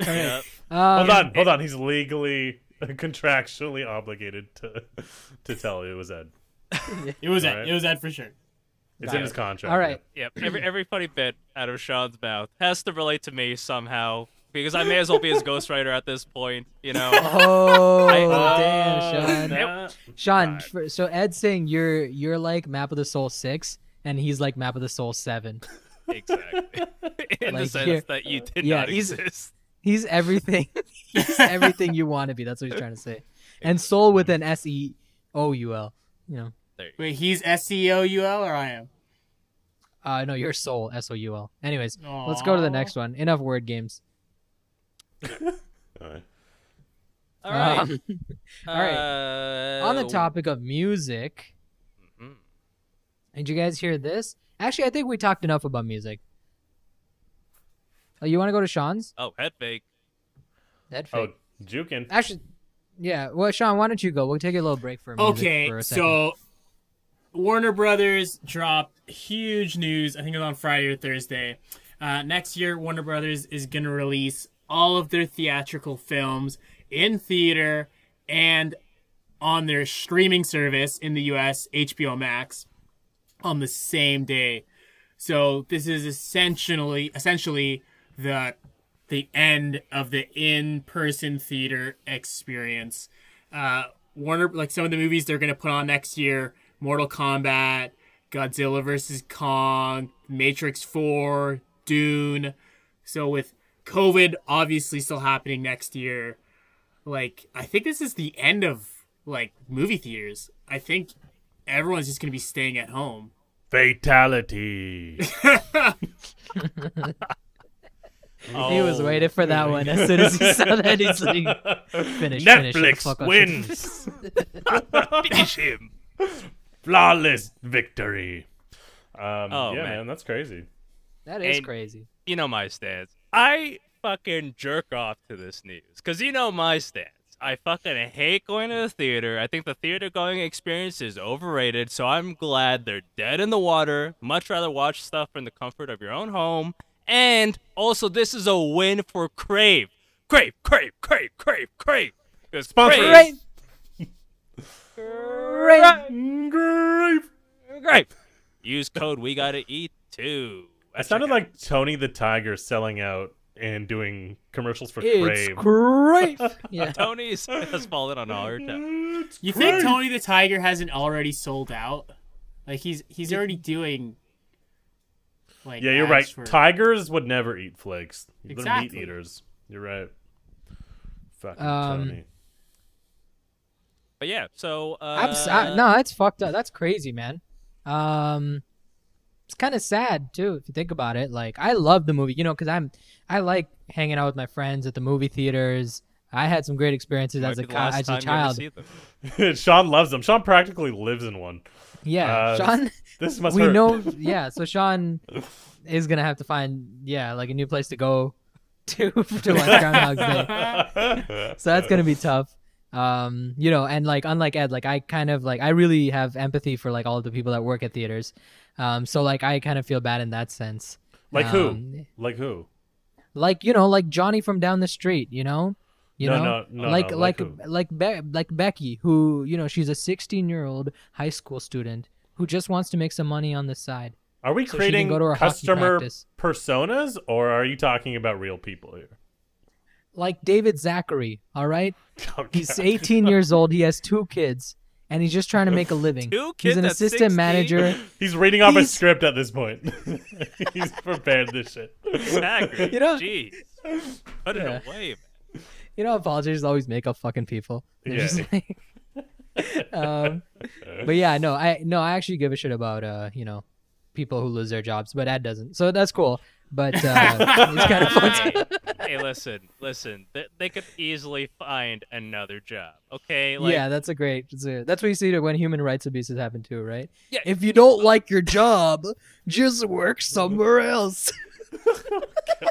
Yeah. right. Hold Um, on, hold on. He's legally contractually obligated to to tell you it was Ed. It was Ed. Alright. It was Ed for sure. It's Got in his it. contract. All right. Yep. Every every funny bit out of Sean's mouth has to relate to me somehow because I may as well be his ghostwriter at this point. You know. Oh I- uh, Oh, damn, Sean. snap. Sean, God. for- so Ed's saying you're you're like Map of the Soul six, and he's like Map of the Soul seven. exactly. In the Like, sense here- that you did yeah, not he's- exist. He's everything. he's everything you want to be. That's what he's trying to say. And Soul with an S E O U L. You know, Wait, he's S C O U L or I am? uh, no, you're Soul S O U L. Anyways, let's go to the Aw. next one. Enough word games. All right. All right. Um, all Uh, on the topic of music, Mm-hmm. mhm. did you guys hear this? Actually, I think we talked enough about music. Oh, you want to go to Sean's? Oh, head fake. That Oh, fake. Jukin. Actually, yeah. Well, Sean, why don't you go? We'll take a little break for music Okay, for a second. so Warner Brothers dropped huge news. I think it was on Friday or Thursday. Uh, next year, Warner Brothers is going to release all of their theatrical films in theater and on their streaming service in the U.S. HBO Max on the same day. So this is essentially essentially the the end of the in-person theater experience uh, Warner, like some of the movies they're going to put on next year Mortal Kombat, Godzilla vs. Kong, Matrix 4, Dune. So, with COVID obviously still happening next year, like, I think this is the end of like movie theaters. I think everyone's just going to be staying at home. Fatality. He was waiting for that one. As soon as he saw that, he's like, finish, finish. shut the Netflix fuck up. wins. Finish him. Flawless victory. Um, Oh, yeah, man. man. that's crazy. That is And- crazy. you know my stance. I fucking jerk off to this news because you know my stance. I fucking hate going to the theater. I think the theater going experience is overrated, so I'm glad they're dead in the water. Much rather watch stuff in the comfort of your own home. And also, this is a win for Crave. Crave, Crave, Crave, Crave, Crave. Because Sponsor Crave, us. Great. Grape. Crave. Use code we gotta eat too. It sounded like Tony the Tiger selling out and doing commercials for It's Crave. great. Yeah. Tony's has fallen on hard. It's You think Crave. Tony the Tiger hasn't already sold out? Like, he's he's already doing. Like, Yeah, you're ads right. for- Tigers would never eat flakes. They're meat Exactly. eaters. You're right. Fucking Um, Tony. But yeah, so uh, I'm s- I- no, that's fucked up. That's crazy, man. Um, it's kind of sad too if you think about it. Like, I love the movie, you know, because I'm I like hanging out with my friends at the movie theaters. I had some great experiences Might as a be the co- last as time you a ever child. see them. Sean loves them. Sean practically lives in one. Yeah, Uh, Sean. This must we hurt. know yeah so sean is gonna have to find yeah like a new place to go to to watch groundhog's day so that's gonna Uh, be tough um you know and like unlike ed like i kind of like i really have empathy for like all the people that work at theaters um so like i kind of feel bad in that sense Like who? Um, like who? like you know like johnny from down the street you know you No, know no, no, like no, like like who? like Be- like becky who you know she's a 16 year old high school student who just wants to make some money on the side Are we she can creating go to her hockey customer practice. personas, or are you talking about real people here? like David Zachary, all right? Okay. He's 18 years old. He has two kids, and he's just trying to make a living. Two he's kids an at assistant 16? manager. He's reading off a He's- script at this point. He's prepared this shit. Exactly. You know- Jeez. Put it Yeah. away, man. You know, apologies always make up fucking people. They're Yeah. just like- um, but yeah, no, I no, I actually give a shit about uh, you know, people who lose their jobs, but Ed doesn't. So that's cool. but uh, it's kind of fun. hey, hey, listen, listen. They, they could easily find another job. Okay, like yeah, that's a great. That's, a- that's what you see when human rights abuses happen too, right? Yeah. If you don't like your job, just work somewhere else.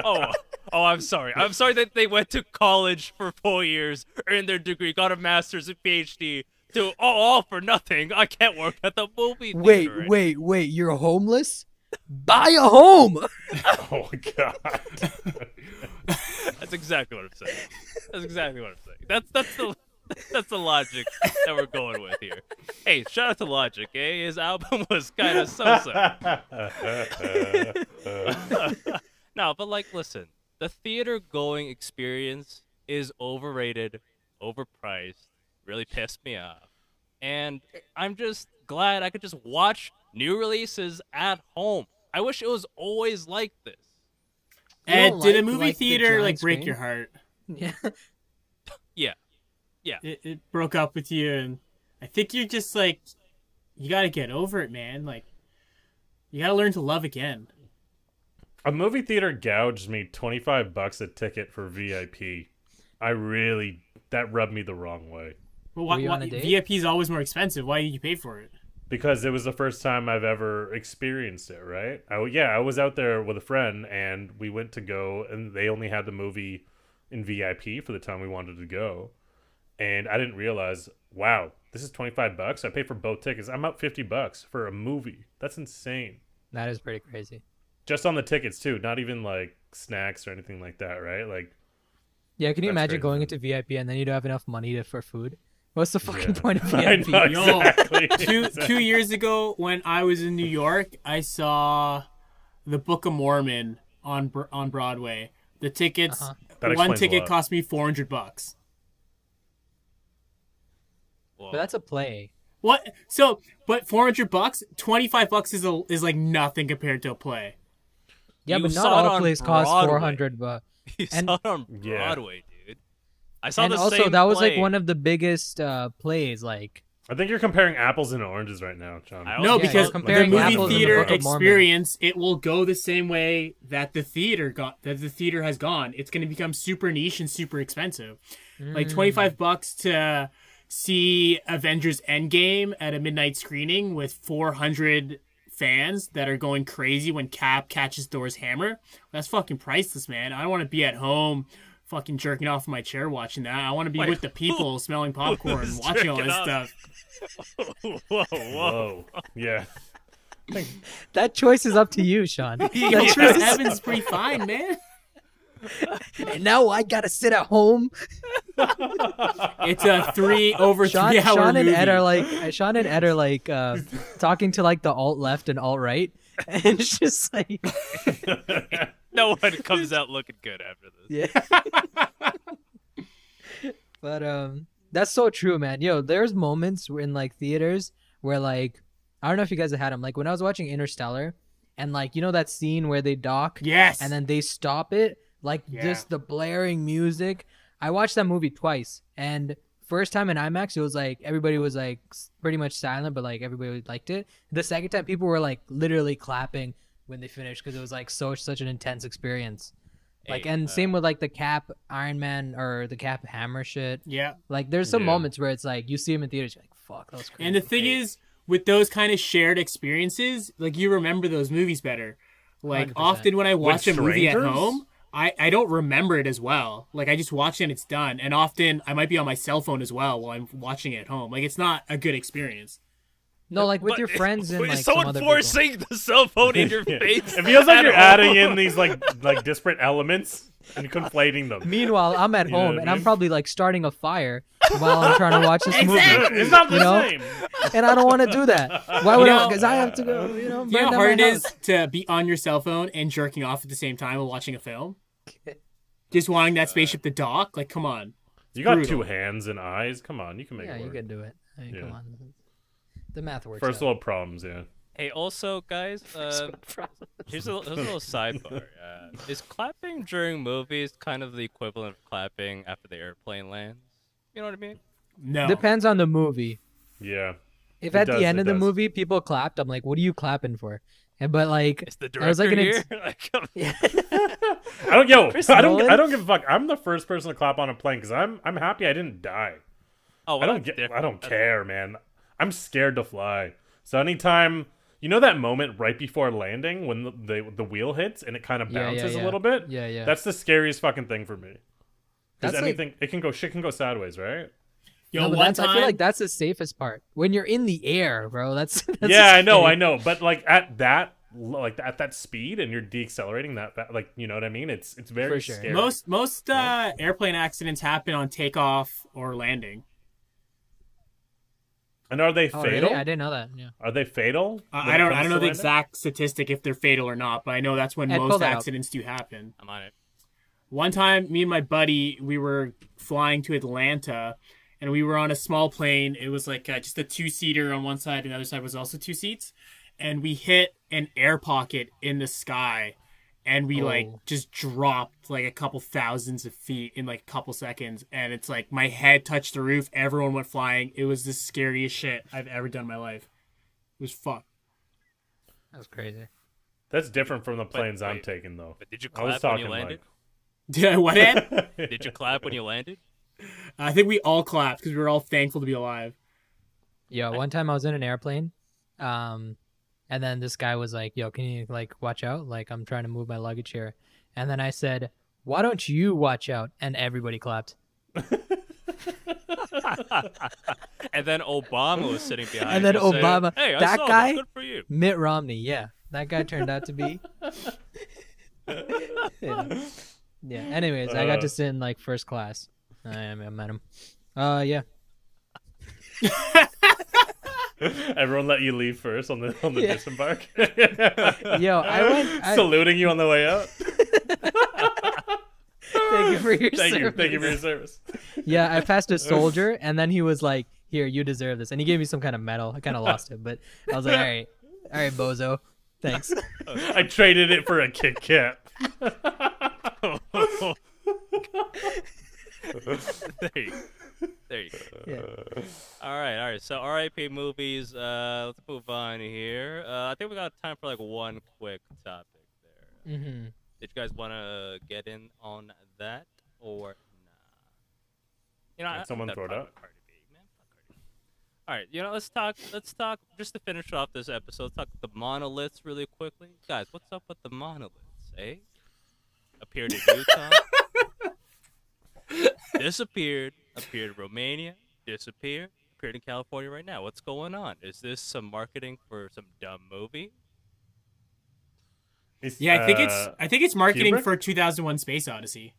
oh, oh, I'm sorry. I'm sorry that they went to college for four years, earned their degree, got a master's and PhD. To oh, all for nothing. I can't work at the movie theater. wait, anymore. wait, wait. You're homeless. Buy a home. Oh god. That's exactly what I'm saying. That's exactly what I'm saying. That's that's the that's the logic that we're going with here. Hey, shout out to Logic. Eh? His album was kind of so-so. No, but like, listen, the theater going experience is overrated, overpriced, really pissed me off. And I'm just glad I could just watch new releases at home. I wish it was always like this. You Ed, don't did a like- movie like the theater giant like break screen? your heart? Yeah. Yeah. It, it broke up with you, and I think you're just like, you gotta get over it, man. Like, you gotta learn to love again. a movie theater gouged me 25 bucks a ticket for VIP. I really that rubbed me the wrong way But why, Were you why, on a date? VIP is always more expensive. Why did you pay for it? because it was the first time I've ever experienced it, right? I, yeah, I was out there with a friend and we went to go and they only had the movie in VIP for the time we wanted to go. And I didn't realize, wow, this is 25 bucks. I paid for both tickets. I'm out 50 bucks for a movie. That's insane. That is pretty crazy. Just on the tickets too, not even like snacks or anything like that, right? Like Yeah, can you That's imagine crazy. going into VIP and then you don't have enough money to, for food? What's the fucking point of I VIP? know, Yo, exactly. two two years ago when I was in New York, I saw the Book of Mormon on Bro- on Broadway. The tickets, Uh-huh. That one explains a ticket lot. cost me four hundred bucks. Well, But that's a play. What? So, but four hundred bucks, twenty five bucks is a, is like nothing compared to a play. Yeah, You but not saw it all on plays cost Broadway. four hundred bucks. you and- saw it on Yeah. Broadway, dude. I saw And the also, same that was like play. one of the biggest uh, plays. Like, I think you're comparing apples and oranges right now, John. I also No, Oh, Yeah, because you're the comparing movie apples and the theater Book of Mormon. experience, it will go the same way that the theater got that the theater has gone. It's going to become super niche and super expensive. Like Mm. twenty five bucks to see Avengers Endgame at a midnight screening with four hundred fans that are going crazy when Cap catches Thor's hammer. That's fucking priceless, man. I don't want to be at home. Fucking jerking off in my chair watching that. I want to be Wait, with the people, smelling popcorn, who's watching all jerking this off? stuff. whoa, whoa. Whoa. yeah. that choice is up to you, Sean. That choice is- Heaven's pretty fine, man. and now I gotta sit at home. It's a three over Sean, three hour Sean and movie. Ed are like, uh, Sean and Ed are like uh, talking to like the alt left and alt right, and it's just like, No one comes out looking good after this. yeah. but um, that's so true, man. Yo, there's moments where in like theaters where like I don't know if you guys have had them. Like when I was watching Interstellar, and like you know that scene where they dock yes, and then they stop it like Yeah. just the blaring music i watched that movie twice and first time in imax it was like everybody was like s- pretty much silent but like everybody liked it the second time people were like literally clapping when they finished because it was like so such an intense experience like Hey, and uh, same with like the cap iron man or the cap hammer shit yeah. like there's some Yeah. moments where it's like you see him in theaters you're like fuck that was crazy And the thing is, with those kind of shared experiences, like you remember those movies better. Like 100%. often when I watch a movie at strangers? home, I I don't remember it as well. Like I just watch it and it's done. And often I might be on my cell phone as well while I'm watching it at home. Like it's not a good experience. no like with But- your friends and wait, like is some someone other people. forcing the cell phone in your Yeah. face. It feels like at you're all. adding in these like like disparate elements and conflating them. Meanwhile, I'm at know what home I and I'm mean? probably like starting a fire while I'm trying to watch this movie, Exactly. It's not the You know? same. and I don't want to do that. Why would You I? know- Because I have to go. You know, burn Do you know how down hard it my is house. to be on your cell phone and jerking off at the same time while watching a film? Just wanting that spaceship to dock? Like, come on. You got Brutal. two hands and eyes. Come on, you can make Yeah, it you work. can do it. I mean, Come Yeah. on, the math works. First out. world problems, yeah. Hey, also, guys, uh, here's, a, here's a little sidebar. Uh, is clapping during movies kind of the equivalent of clapping after the airplane lands? You know what I mean? No. depends on the movie. Yeah. If It at does, the end it of the does. movie people clapped, I'm like, what are you clapping for? And- But like, Is the I was director like an here? Like, ex- come- I don't yo. Chris I don't. Nolan? I don't give a fuck. I'm the first person to clap on a plane because I'm. I'm happy I didn't die. oh, well, I don't that's get. different. I don't That's- care, man. I'm scared to fly. So anytime you know that moment right before landing when the the, the wheel hits and it kind of Yeah, yeah, bounces a yeah. little bit. Yeah, yeah. That's the scariest fucking thing for me. Because That's like- anything it can go shit can go sideways, right? Yo, no, but one that's, time, I feel like that's the safest part when you're in the air, bro. That's, that's yeah, I know, scary. I know. But like at that like at that speed and you're deaccelerating that fa- like you know what I mean? It's it's very For sure. scary. most most uh, airplane accidents happen on takeoff or landing. and are they Oh, fatal? really? I didn't know that. Yeah. Are they fatal? Uh, when I it don't comes to I don't know the landing? exact statistic if they're fatal or not, but I know that's when Ed, pull most that up. accidents do happen. I'm on it. One time, me and my buddy, we were flying to Atlanta, and we were on a small plane. It was like uh, just a two seater on one side, and the other side was also two seats. And we hit an air pocket in the sky, and we like Oh. just dropped like a couple thousands of feet in like a couple seconds. And it's like my head touched the roof. Everyone went flying. It was the scariest shit I've ever done in my life. It was fucked. That was crazy. That's different from the planes I'm wait. taking though. But did you I was clap when talking you landed? Yeah, what? Ed? like Did you clap when you landed? I think we all clapped because we were all thankful to be alive. Yeah, one time I was in an airplane, um, and then this guy was like, "Yo, can you like watch out? Like I'm trying to move my luggage here." And then I said, "Why don't you watch out?" And everybody clapped. and then Obama was sitting behind. And then you saying, Obama- Hey, I that saw guy- Good for you. Mitt Romney, yeah, that guy turned out to be. yeah. Yeah, Anyways, I got Uh. to sit in like first class. I, I met him. Uh, yeah. Everyone let you leave first on the on the Yeah. disembark. Yo, I went. I, saluting you on the way out. thank you for your Thank you, thank you for your service. service. yeah, I passed a soldier, and then he was like, "Here, you deserve this," and he gave me some kind of medal. I kind of lost it, but I was like, "All right, all right, bozo, thanks." I traded it for a Kit Kat. there you go. There you go. Yeah. All right, all right. So RIP movies. Uh, let's move on here. Uh, I think we got time for like one quick topic there. hmm Did you guys want to get in on that or nah? You know, Can I- someone that throw it fucking out? Cardi B, man, fuck Cardi B. All right, you know, let's talk. Let's talk just to finish off this episode. Let's talk the monoliths really quickly, guys. What's up with the monoliths? Eh? Appeared in Utah. disappeared. Appeared in Romania. Disappeared. Appeared in California right now. What's going on? Is this some marketing for some dumb movie? It's, Yeah, I think it's uh, I think it's marketing Kubrick? for 2001: Space Odyssey.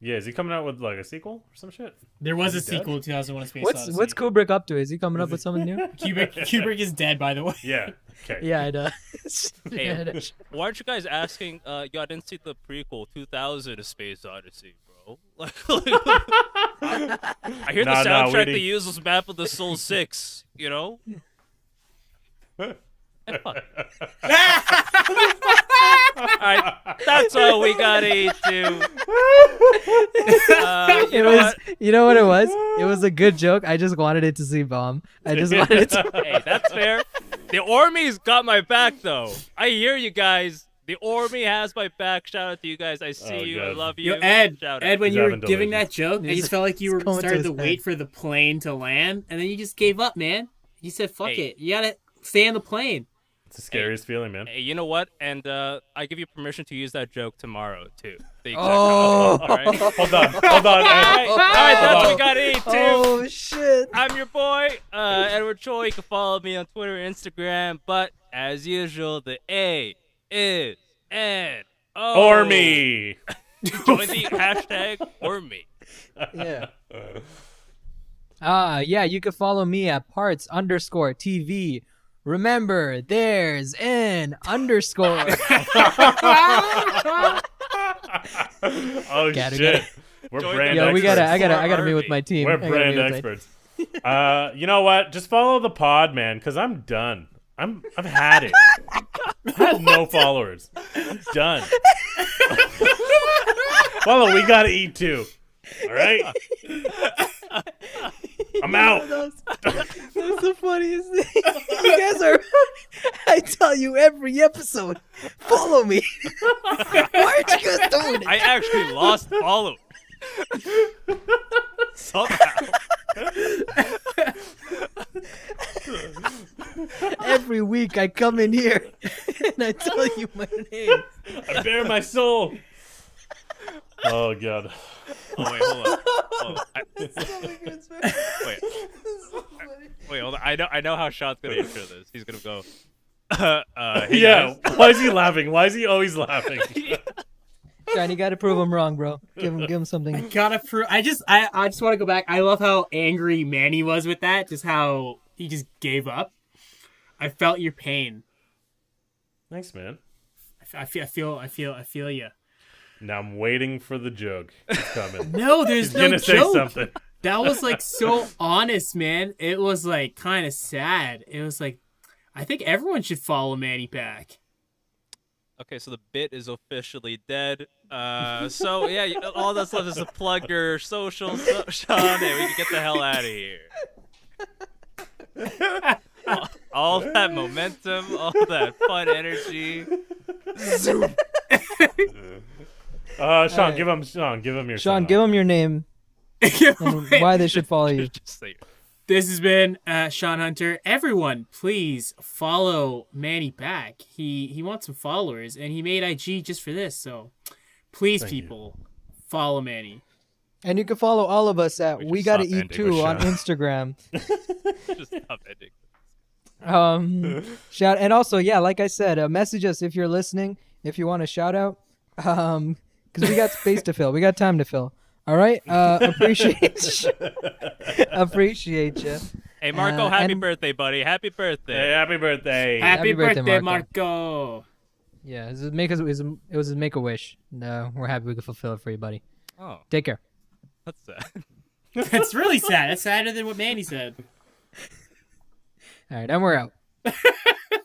Yeah, is he coming out with like a sequel or some shit? There was a Is he dead? sequel to 2001: Space What's Odyssey. what's Kubrick up to? Is he coming up with something new? Kubrick, Kubrick is dead, by the way. Yeah. Okay. Yeah, I does. Hey, yeah, it does. Why aren't you guys asking? Uh, yo, I didn't see the prequel, 2000: A Space Odyssey, bro. Like, I hear Nah, the nah, we soundtrack need- they use was Map of the Soul Six. You know, all right, that's all we got to do. Uh, you It know was. You know what it was? It was a good joke. I just wanted it to see bomb. I just wanted it to. what? Hey, that's fair. The Army's got my back, though. I hear you guys. The Army has my back. Shout out to you guys. I see Oh, you. I God. love you. Yo, Ed, Shout out. Ed, when He's you were having giving that delusions. joke, I just felt like you He's were going to starting his to wait head. for the plane to land, and then you just gave up, man. You said, "Fuck Hey. it, you gotta stay on the plane." It's the scariest feeling, man. Hey, you know what? And uh, I give you permission to use that joke tomorrow too. The exact- All Oh. right. All Hold on, hold on. right. Ed. All right. That's what Oh. we got to eat too. Oh shit! I'm your boy, uh, Edward Choi. You can follow me on Twitter, Instagram. But as usual, the A is N O. Or me. Join the hashtag or me. Yeah. Uh, yeah, you can follow me at parts underscore TV. Remember, there's an underscore. Oh Gotta shit. We're Join brand Yo, we gotta, I experts. gotta, For I gotta meet with Harvey. my team. I We're gotta brand meet with my- experts. Uh, you know what? Just follow the pod, man, because I'm done. I'm I've had it. I have no followers. I'm done. follow. We gotta eat too. All right. I'm out. That was- That's the funniest thing. You guys are. I tell you every episode, follow me. Why aren't you guys doing it? I actually lost followers. Somehow. Every week I come in here and I tell you my name. I bare my soul. Oh god. Oh, wait, hold on. Hold on. I, wait, wait, hold on. I know, I know how Sean's going to answer this. He's going to go, uh, uh, hey yeah. guys. Why is he laughing? Why is he always laughing? John, you gotta prove I'm wrong, bro. Give him, give him I something. gotta prove. I just, I, I just want to go back. I love how angry Manny was with that. Just how he just gave up. I felt your pain. Thanks, man. I f- I feel, I feel, I feel, I feel you. Now I'm waiting for the joke. It's coming. No, there's He's no gonna say joke. something. That was like so honest, man. It was like kind of sad. It was like, I think everyone should follow Manny back. Okay, so the bit is officially dead. Uh, so yeah, you- all that's left is to plug your social, so- Sean, and we can get the hell out of here. All- all that momentum, all that fun energy. Uh, Sean, right. give him Sean, give him your Sean, sign-off. give him your name and why they should follow you. Just say This has been uh, Sean Hunter. Everyone, please follow Manny back. He he wants some followers, and he made IG just for this. So, please, Thank you. people, follow Manny. And you can follow all of us at We We, should Gotta stop Eat ending with Too on Sean. Instagram. just stop ending. Um, shout and also, yeah, like I said, uh, message us if you're listening, if you want a shout out, um, because we got space to fill, we got time to fill. All right, uh, appreciate you. appreciate you. Hey Marco, Uh, happy and- birthday, buddy! Happy birthday! Hey, happy birthday. Happy, birthday, birthday, Marco. Marco. Yeah, this is make us it was, it was make a wish. No, we're happy we could fulfill it for you, buddy. Oh, Take care. that's sad. That's really sad. That's sadder than what Manny said. All right, and we're out.